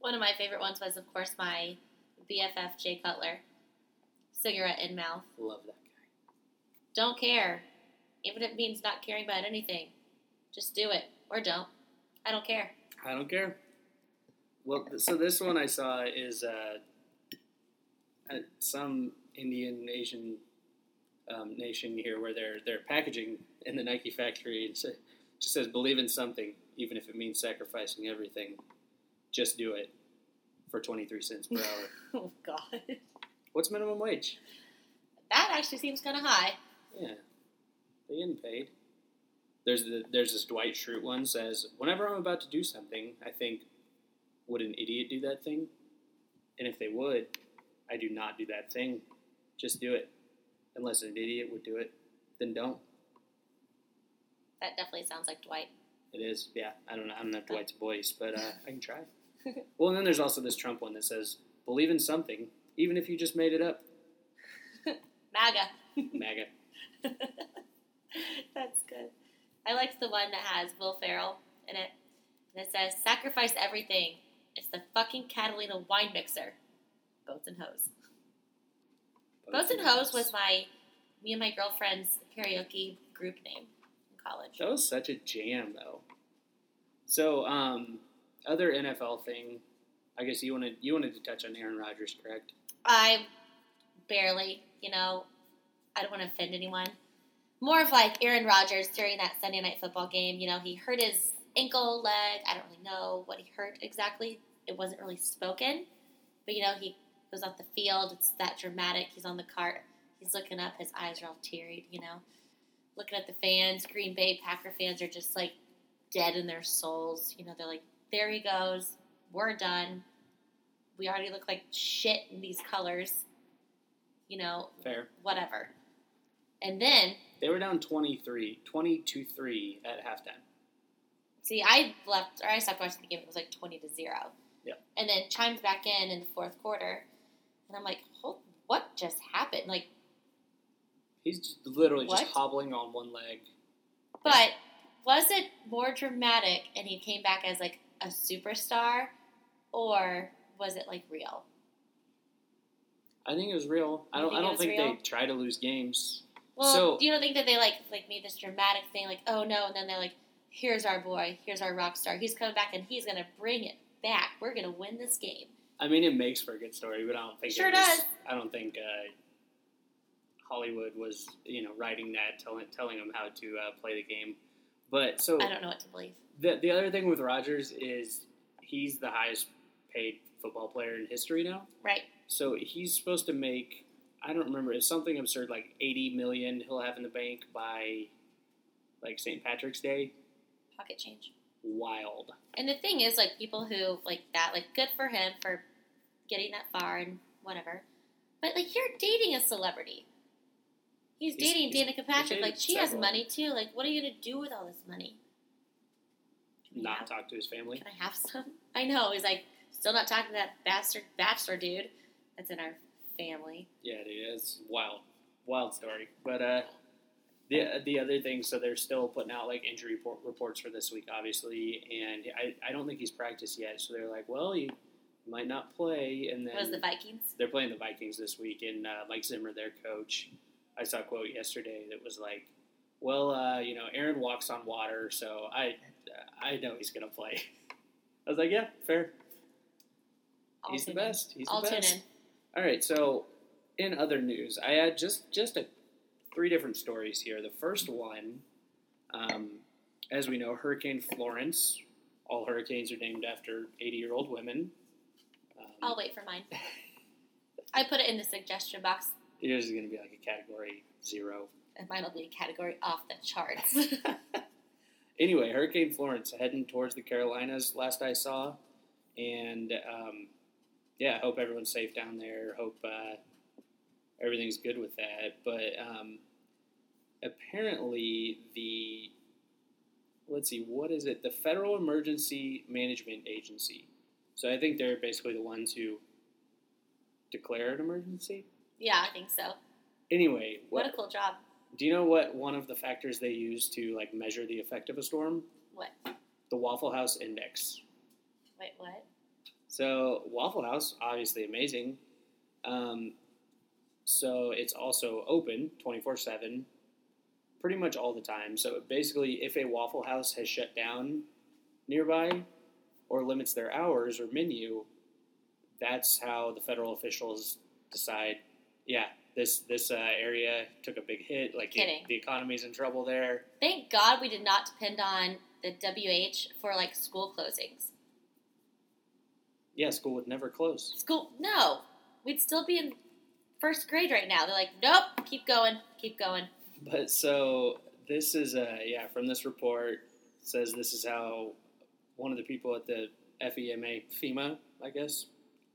Speaker 2: One of my favorite ones was, of course, my BFF Jay Cutler, cigarette in mouth.
Speaker 1: Love that guy.
Speaker 2: Don't care, even if it means not caring about anything. Just do it or don't. I don't care.
Speaker 1: I don't care. Well, th- so this one I saw is uh, at some Indian Asian um, nation here where they're they're packaging in the Nike factory and sa just says believe in something even if it means sacrificing everything, just do it for twenty three cents per hour.
Speaker 2: Oh God.
Speaker 1: What's minimum wage?
Speaker 2: That actually seems kind of high.
Speaker 1: Yeah, they getting paid. There's the, there's this Dwight Schrute one says, whenever I'm about to do something, I think, would an idiot do that thing? And if they would, I do not do that thing. Just do it. Unless an idiot would do it, then don't.
Speaker 2: That definitely sounds like Dwight.
Speaker 1: It is, yeah. I don't know. I'm not Dwight's voice, but uh, I can try. Well, and then there's also this Trump one that says, believe in something, even if you just made it up.
Speaker 2: MAGA.
Speaker 1: MAGA.
Speaker 2: That's good. I liked the one that has Will Ferrell in it. And it says, sacrifice everything. It's the fucking Catalina wine mixer. Boats and hoes. Boats and hoes was my, me and my girlfriend's karaoke group name in college.
Speaker 1: That was such a jam, though. So, um, other NFL thing. I guess you wanted you wanted to touch on Aaron Rodgers, correct?
Speaker 2: I barely, you know, I don't want to offend anyone. More of like Aaron Rodgers during that Sunday night football game, you know, he hurt his ankle, leg. I don't really know what he hurt exactly. It wasn't really spoken. But, you know, he goes off the field. It's that dramatic. He's on the cart. He's looking up. His eyes are all teary, you know, looking at the fans. Green Bay Packer fans are just like dead in their souls. You know, they're like, there he goes. We're done. We already look like shit in these colors. You know,
Speaker 1: Fair.
Speaker 2: whatever. And then,
Speaker 1: They were down 23, 22 3 at halftime.
Speaker 2: see, I left or I stopped watching the game. It was like twenty to zero.
Speaker 1: Yeah.
Speaker 2: And then chimed back in in the fourth quarter, and I'm like, hold, what just happened? Like,
Speaker 1: He's just literally
Speaker 2: What?
Speaker 1: just hobbling on one leg.
Speaker 2: but was it more dramatic? And he came back as like a superstar, or was it like real?
Speaker 1: I think it was real. I
Speaker 2: You
Speaker 1: don't.
Speaker 2: think
Speaker 1: I
Speaker 2: it
Speaker 1: don't
Speaker 2: was
Speaker 1: think
Speaker 2: real?
Speaker 1: they try to lose games.
Speaker 2: Well,
Speaker 1: So-
Speaker 2: you don't think that they like like made this dramatic thing, like oh no, and then they're like, here's our boy, here's our rock star. He's coming back, and he's gonna bring it back. We're gonna win this game.
Speaker 1: I mean, it makes for a good story, but I don't think
Speaker 2: Sure
Speaker 1: it was,
Speaker 2: does.
Speaker 1: I don't think uh, Hollywood was you know writing that, telling telling him how to uh, play the game. But so
Speaker 2: I don't know what to believe.
Speaker 1: the the other thing with Rogers is he's the highest paid football player in history now.
Speaker 2: Right.
Speaker 1: So he's supposed to make I don't remember it's something absurd like eighty million he'll have in the bank by like St. Patrick's Day.
Speaker 2: Pocket change.
Speaker 1: Wild.
Speaker 2: And the thing is, like people who like that, like good for him for getting that far and whatever. But like you're dating a celebrity. He's
Speaker 1: He's-
Speaker 2: dating
Speaker 1: he's-
Speaker 2: Danica Patrick.
Speaker 1: dated
Speaker 2: Like she has
Speaker 1: several.
Speaker 2: money too. Like what are you gonna do with all this money? Can I
Speaker 1: Not
Speaker 2: have-
Speaker 1: talk to his family.
Speaker 2: Can I have some? I know. He's like still not talking to that bastard bachelor dude that's in our family.
Speaker 1: Yeah, dude, it's wild, wild story. But uh, the uh, the other thing, so they're still putting out like injury report, reports for this week, obviously, and I, I don't think he's practiced yet. So they're like, well, you might not play, and
Speaker 2: was
Speaker 1: then
Speaker 2: the Vikings?
Speaker 1: they're playing the Vikings this week, and uh, Mike Zimmer, their coach, I saw a quote yesterday that was like, well, uh, you know, Aaron walks on water, so I I know he's gonna play. I was like, yeah, fair.
Speaker 2: I'll
Speaker 1: He's the
Speaker 2: tune in.
Speaker 1: best. He's
Speaker 2: I'll
Speaker 1: the
Speaker 2: tune
Speaker 1: best.
Speaker 2: in.
Speaker 1: All right. So, in other news, I had just just a, three different stories here. The first one, um, as we know, Hurricane Florence. All hurricanes are named after eighty-year-old women. Um,
Speaker 2: I'll wait for mine. I put it in the suggestion box,
Speaker 1: Yours is going to be like a category zero.
Speaker 2: and mine will be a category off the charts.
Speaker 1: Anyway, Hurricane Florence heading towards the Carolinas. Last I saw, and um, yeah, hope everyone's safe down there. Hope uh, everything's good with that. But um, apparently, the let's see, what is it? The Federal Emergency Management Agency. So I think they're basically the ones who declare an emergency.
Speaker 2: yeah, I think so.
Speaker 1: Anyway,
Speaker 2: What a cool job.
Speaker 1: Do you know what one of the factors they use to like measure the effect of a storm?
Speaker 2: What?
Speaker 1: The Waffle House index.
Speaker 2: Wait, what?
Speaker 1: So Waffle House, obviously amazing. Um, so it's also open twenty four seven, pretty much all the time. So basically, if a Waffle House has shut down nearby, or limits their hours or menu, that's how the federal officials decide. Yeah, this this uh, area took a big hit. Like the,
Speaker 2: Kidding.
Speaker 1: the economy's in trouble there.
Speaker 2: Thank God we did not depend on the WH for like school closings.
Speaker 1: Yeah, school would never close.
Speaker 2: School, no, we'd still be in first grade right now. They're like, nope, keep going, keep going.
Speaker 1: But so This is uh yeah from this report says this is how one of the people at the FEMA FEMA I guess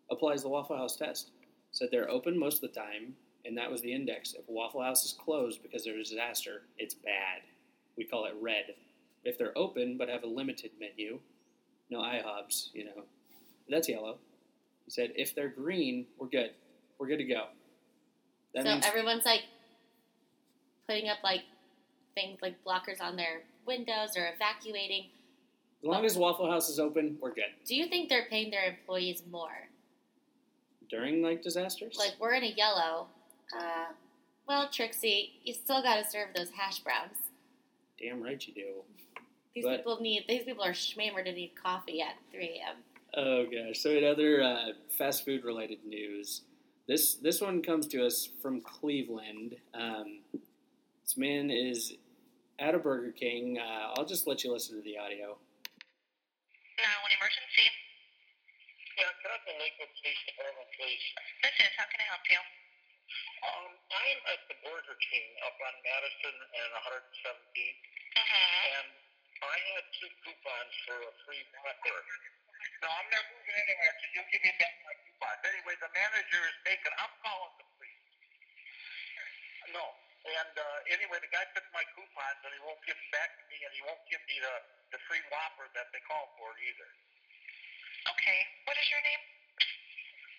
Speaker 1: applies the Waffle House test. Said they're open most of the time, and that was the index. If Waffle House is closed because there's a disaster, it's bad. We call it red. If they're open but have a limited menu, no IHOPs, you know, that's yellow. He said if they're green, we're good. We're good to go. That
Speaker 2: so
Speaker 1: means
Speaker 2: everyone's like putting up like things like blockers on their windows or evacuating.
Speaker 1: as long as Waffle House is open, we're good.
Speaker 2: Do you think they're paying their employees more?
Speaker 1: During like disasters,
Speaker 2: Like we're in a yellow. Uh, well, Trixie, you still got to serve those hash browns.
Speaker 1: damn right you do.
Speaker 2: These
Speaker 1: But-
Speaker 2: people need. These people are schmammered and need coffee at 3 a.m.
Speaker 1: Oh gosh. So in other uh, fast food related news, this this one comes to us from Cleveland. Um, this man is at a Burger King. Uh, I'll just let you listen to the audio.
Speaker 3: Now, Uh, an emergency.
Speaker 4: Yeah, cut up the Lakewood Police Department, please.
Speaker 3: This is, how can I help you?
Speaker 4: Um, I am at the Burger King up on Madison and 117th,
Speaker 3: Uh-huh.
Speaker 4: and I had two coupons for a free Whopper. No, I'm not moving anywhere until you give me back my coupons. Anyway, the manager is taken. I'm calling the police. No. And uh, anyway, the guy took my coupons, and he won't give them back to me, and he won't give me the, the free Whopper that they called for either.
Speaker 3: Okay. What is your name?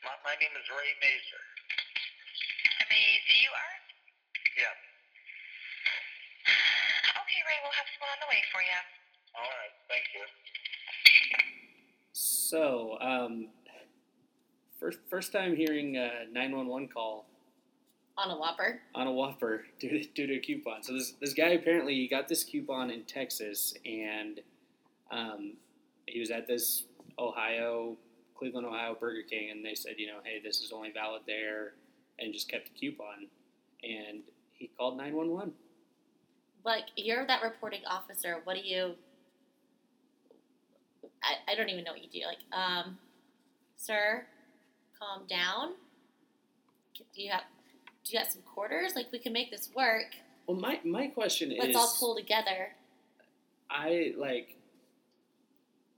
Speaker 4: My, my name is Ray Mazer.
Speaker 3: M-A-Z-U-R?
Speaker 4: Yes.
Speaker 3: Okay, Ray, we'll have someone on the way for you.
Speaker 4: All right. Thank you.
Speaker 1: So um, first first time hearing a nine one one call
Speaker 2: on a Whopper.
Speaker 1: on a Whopper due to, due to a coupon. So this this guy apparently he got this coupon in Texas, and um, he was at this Ohio, Cleveland, Ohio Burger King, and they said, you know, hey, this is only valid there, and just kept the coupon, and he called nine one one.
Speaker 2: Like you're that reporting officer. What do you? I, I don't even know what you do. Like, um, sir, calm down. Do you have? Do you have some quarters? Like we can make this work.
Speaker 1: Well, my my question
Speaker 2: Let's
Speaker 1: is,
Speaker 2: all pull together.
Speaker 1: I like.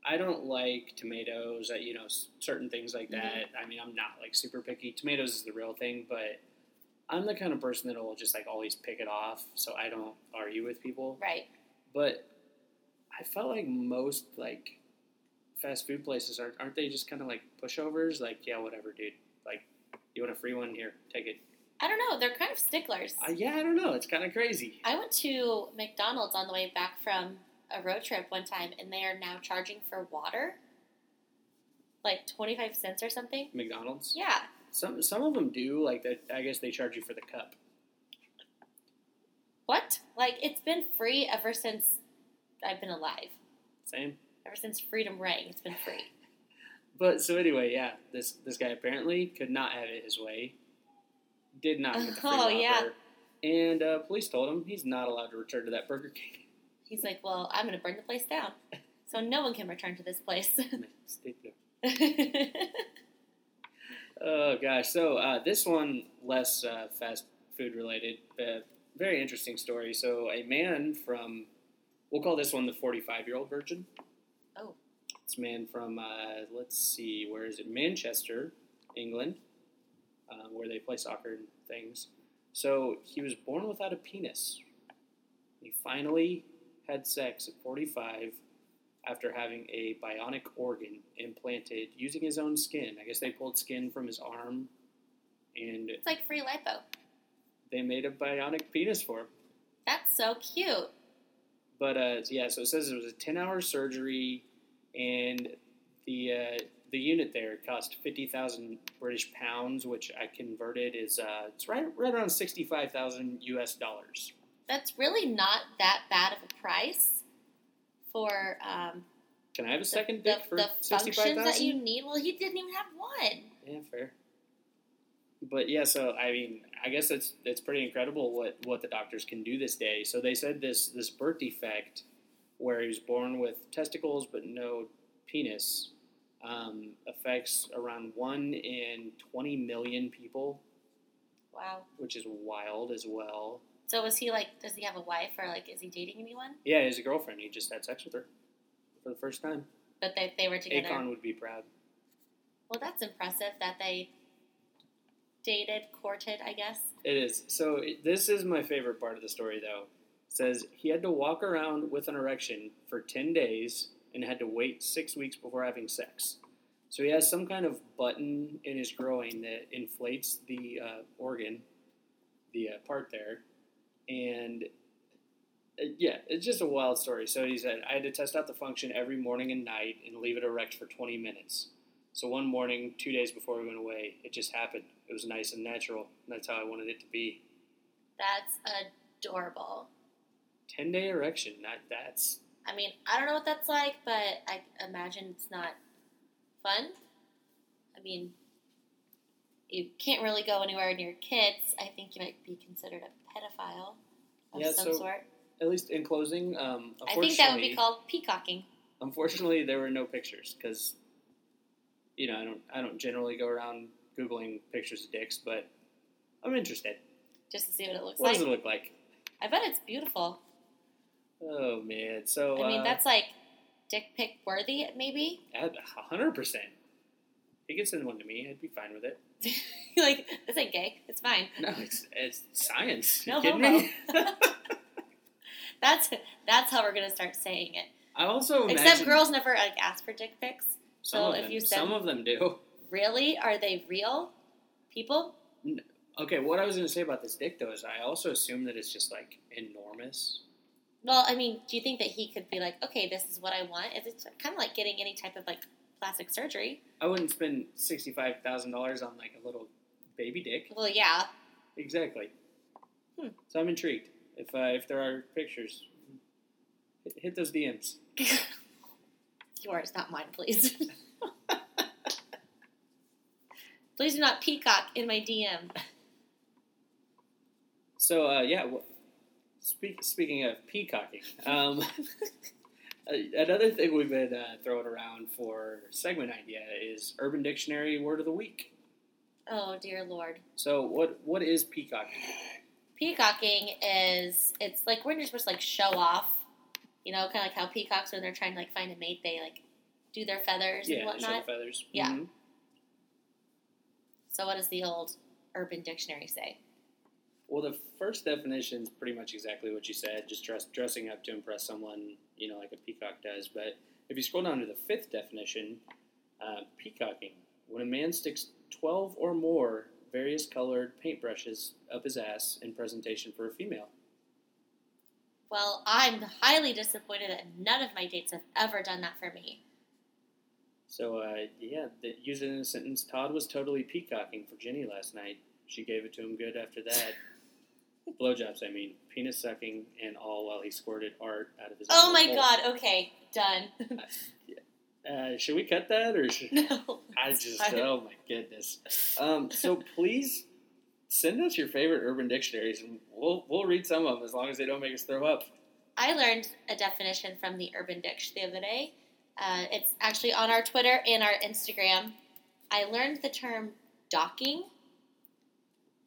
Speaker 1: I don't like tomatoes, uh, you know, s- certain things
Speaker 2: Mm-hmm.
Speaker 1: like that. I mean, I'm not like super picky. Tomatoes is the real thing, but I'm the kind of person that will just like always pick it off, so I don't argue with people.
Speaker 2: Right.
Speaker 1: But I felt like most like fast food places aren't aren't they just kind of like pushovers? Like, yeah, whatever, dude. Like, you want a free one here? Take it.
Speaker 2: I don't know. They're kind of sticklers.
Speaker 1: Uh, yeah, I don't know. It's kind of crazy.
Speaker 2: I went to McDonald's on the way back from a road trip one time, and they are now charging for water, like twenty five cents or something.
Speaker 1: McDonald's.
Speaker 2: Yeah.
Speaker 1: Some some of them do like that. I guess they charge you for the cup.
Speaker 2: What? Like it's been free ever since I've been alive.
Speaker 1: Same.
Speaker 2: Ever since freedom rang, it's been free.
Speaker 1: But so anyway, yeah, this this guy apparently could not have it his way. Did not get the free
Speaker 2: Oh, yeah.
Speaker 1: Whopper. And uh, police told him he's not allowed to return to that Burger King.
Speaker 2: He's like, "Well, I'm going to burn the place down, so no one can return to this place."
Speaker 1: Stapler.
Speaker 2: okay.
Speaker 1: oh gosh. So uh, this one less uh, fast food related, but very interesting story. So a man from, we'll call this one the 45 year old virgin.
Speaker 2: Oh.
Speaker 1: This man from uh, let's see, where is it? Manchester, England, uh, where they play soccer and things. So he was born without a penis. He finally had sex at 45 after having a bionic organ implanted using his own skin. I guess they pulled skin from his arm and
Speaker 2: It's like free lipo.
Speaker 1: they made a bionic penis for him.
Speaker 2: That's so cute.
Speaker 1: But uh, yeah, so it says it was a 10 hour surgery and the uh, the unit there cost 50,000 British pounds, which I converted is uh, it's right, right around 65,000 US dollars.
Speaker 2: That's really not that bad of a price for um,
Speaker 1: Can I have a
Speaker 2: the-
Speaker 1: second
Speaker 2: the,
Speaker 1: dick for
Speaker 2: the functions that
Speaker 1: 65,000?
Speaker 2: you need. Well, he didn't even have one.
Speaker 1: Yeah, fair. But yeah, so I mean, I guess it's it's pretty incredible what what the doctors can do this day. So they said this this birth defect, where he was born with testicles but no penis, um, affects around one in twenty million people,
Speaker 2: Wow.
Speaker 1: which is wild as well.
Speaker 2: So was he like? Does he have a wife or like? Is he dating anyone?
Speaker 1: Yeah, his girlfriend. He just had sex with her for the first time.
Speaker 2: But they they were together.
Speaker 1: Akon would be proud.
Speaker 2: Well, that's impressive that they dated, courted. I guess.
Speaker 1: It is. So it- this is my favorite part of the story, though. It says he had to walk around with an erection for ten days and had to wait six weeks before having sex. So he has some kind of button in his groin that inflates the uh, organ, the uh, part there, and uh, yeah, it's just a wild story. So he said I had to test out the function every morning and night and leave it erect for twenty minutes. So one morning, two days before we went away, it just happened. It was nice and natural. And that's how I wanted it to be.
Speaker 2: That's adorable.
Speaker 1: Ten day erection. That that's
Speaker 2: I mean, I don't know what that's like, but I imagine it's not fun. I mean, you can't really go anywhere near kids. I think you might be considered a pedophile of
Speaker 1: Yeah,
Speaker 2: some
Speaker 1: so
Speaker 2: sort.
Speaker 1: at least in closing. Um,
Speaker 2: I think that would be
Speaker 1: unfortunately-
Speaker 2: called peacocking.
Speaker 1: Unfortunately, there were no pictures because you know I don't I don't generally go around googling pictures of dicks, but I'm interested.
Speaker 2: Just to see what it looks
Speaker 1: What
Speaker 2: like.
Speaker 1: does it look like?
Speaker 2: I bet it's beautiful.
Speaker 1: Oh man, so
Speaker 2: I mean,
Speaker 1: uh,
Speaker 2: that's like dick pic worthy, maybe.
Speaker 1: at hundred percent. He could send one to me. I'd be fine with it.
Speaker 2: like, this ain't gay. It's fine.
Speaker 1: No, it's, it's science. You
Speaker 2: No
Speaker 1: kidding
Speaker 2: homo.
Speaker 1: me?
Speaker 2: That's that's how we're gonna start saying it.
Speaker 1: I also
Speaker 2: Except
Speaker 1: Oh, imagine-
Speaker 2: girls never like ask for dick pics.
Speaker 1: Some
Speaker 2: So
Speaker 1: of
Speaker 2: if
Speaker 1: them,
Speaker 2: you said-
Speaker 1: some of them do.
Speaker 2: Really? Are they real people?
Speaker 1: Okay, what I was going to say about this dick though is I also assume that it's just like enormous.
Speaker 2: Well, I mean, do you think that he could be like, okay, this is what I want? Is it kind of like getting any type of like plastic surgery?
Speaker 1: I wouldn't spend sixty five thousand dollars on like a little baby dick.
Speaker 2: Well, yeah.
Speaker 1: Exactly.
Speaker 2: Hmm.
Speaker 1: So I'm intrigued. If uh, if there are pictures, hit, hit those DMs.
Speaker 2: Yours, not mine, please. please do not peacock in my DM.
Speaker 1: So uh, yeah, wh- speak, speaking of peacocking, um, a- another thing we've been uh, throwing around for segment idea is Urban Dictionary word of the week.
Speaker 2: Oh dear lord.
Speaker 1: So what what is peacocking?
Speaker 2: Peacocking is it's like when you're supposed to like show off, you know, kind of like how peacocks when they're trying to like find a mate, they like do their feathers
Speaker 1: Yeah,
Speaker 2: and
Speaker 1: to show the
Speaker 2: whatnot.
Speaker 1: feathers.
Speaker 2: Yeah.
Speaker 1: Mhm.
Speaker 2: So what does the old Urban Dictionary say?
Speaker 1: Well, the first definition is pretty much exactly what you said, just dress, dressing up to impress someone, you know, like a peacock does. But if you scroll down to the fifth definition, uh, peacocking, when a man sticks 12 or more various colored paintbrushes up his ass in presentation for a female.
Speaker 2: Well, I'm highly disappointed that none of my dates have ever done that for me.
Speaker 1: So, uh, yeah, the, use it in a sentence. Todd was totally peacocking for Jenny last night. She gave it to him good after that. Blowjobs, I mean, penis sucking, and all while he squirted art out of his.
Speaker 2: Oh my
Speaker 1: hole.
Speaker 2: god, okay, done.
Speaker 1: Uh, should we cut that or should
Speaker 2: no.
Speaker 1: I just
Speaker 2: Sorry.
Speaker 1: oh my goodness. Um, so please send us your favorite urban dictionaries and we'll we'll read some of them as long as they don't make us throw up.
Speaker 2: I learned a definition from the Urban Dictionary the other day. Uh, it's actually on our Twitter and our Instagram. I learned the term docking.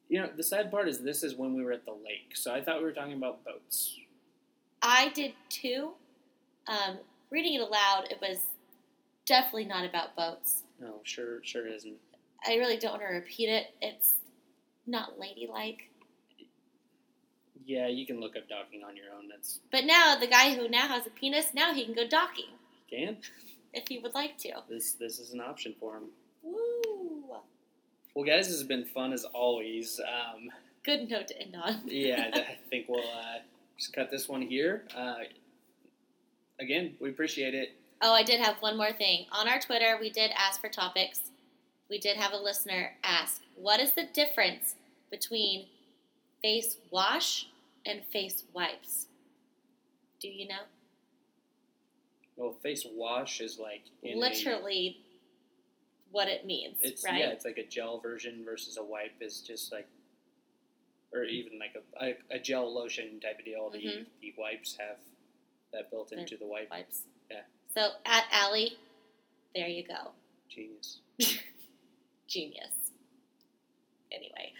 Speaker 1: You know, the sad part is this is when we were at the lake, so I thought we were talking about boats.
Speaker 2: I did too. Um, reading it aloud, it was definitely not about boats.
Speaker 1: No, sure, sure isn't.
Speaker 2: I really don't want to repeat it. It's not ladylike.
Speaker 1: Yeah, you can look up docking on your own. That's
Speaker 2: But now the guy who now has a penis, now he can go docking
Speaker 1: can
Speaker 2: if he would like to.
Speaker 1: this this is an option for him.
Speaker 2: Woo!
Speaker 1: Well, guys, this has been fun as always. Um,
Speaker 2: Good note to end on.
Speaker 1: yeah, th- I think we'll uh, just cut this one here. Uh, again, we appreciate it.
Speaker 2: Oh, I did have one more thing. On our Twitter, we did ask for topics. We did have a listener ask, "What is the difference between face wash and face wipes?" Do you know?
Speaker 1: Well, face wash is like in a-
Speaker 2: Literally, what it means,
Speaker 1: it's
Speaker 2: right?
Speaker 1: yeah, it's like a gel version versus a wipe is just like, or even like a a, a gel lotion type of deal. The,
Speaker 2: Mhm.
Speaker 1: the wipes have that built into the wipe.
Speaker 2: Wipes.
Speaker 1: Yeah.
Speaker 2: So at Allie, there you go.
Speaker 1: Genius.
Speaker 2: genius. Anyway,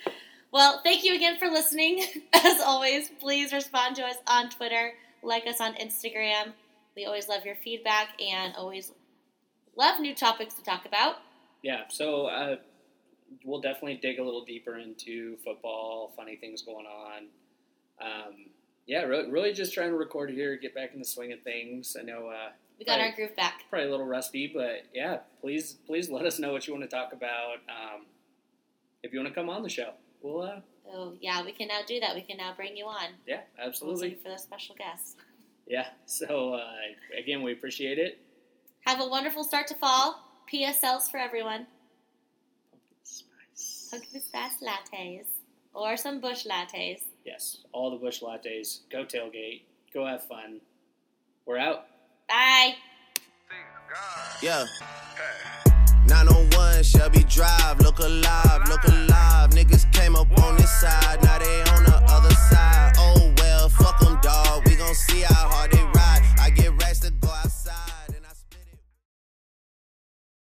Speaker 2: Well, thank you again for listening. As always, please respond to us on Twitter, like us on Instagram. We always love your feedback and always love new topics to talk about.
Speaker 1: Yeah, so uh, we'll definitely dig a little deeper into football, funny things going on. Um, yeah, re- really just trying to record here, get back in the swing of things. I know uh,
Speaker 2: We got
Speaker 1: Right.
Speaker 2: our groove back.
Speaker 1: probably a little rusty, but yeah, please please let us know what you want to talk about. Um, if you want to come on the show, we'll uh,
Speaker 2: Oh, yeah, we can now do that. We can now bring you on.
Speaker 1: yeah, absolutely.
Speaker 2: Listen for the special guest.
Speaker 1: Yeah. So uh, again, we appreciate it.
Speaker 2: Have a wonderful start to fall. PSLs for everyone.
Speaker 1: Spice.
Speaker 2: Pumpkin spice lattes or some bush lattes.
Speaker 1: Yes, all the bush lattes. Go tailgate. Go have fun. We're out.
Speaker 2: Bye.
Speaker 4: God.
Speaker 5: oh Yeah. 901 Shelby Drive, look alive, look alive. Oh,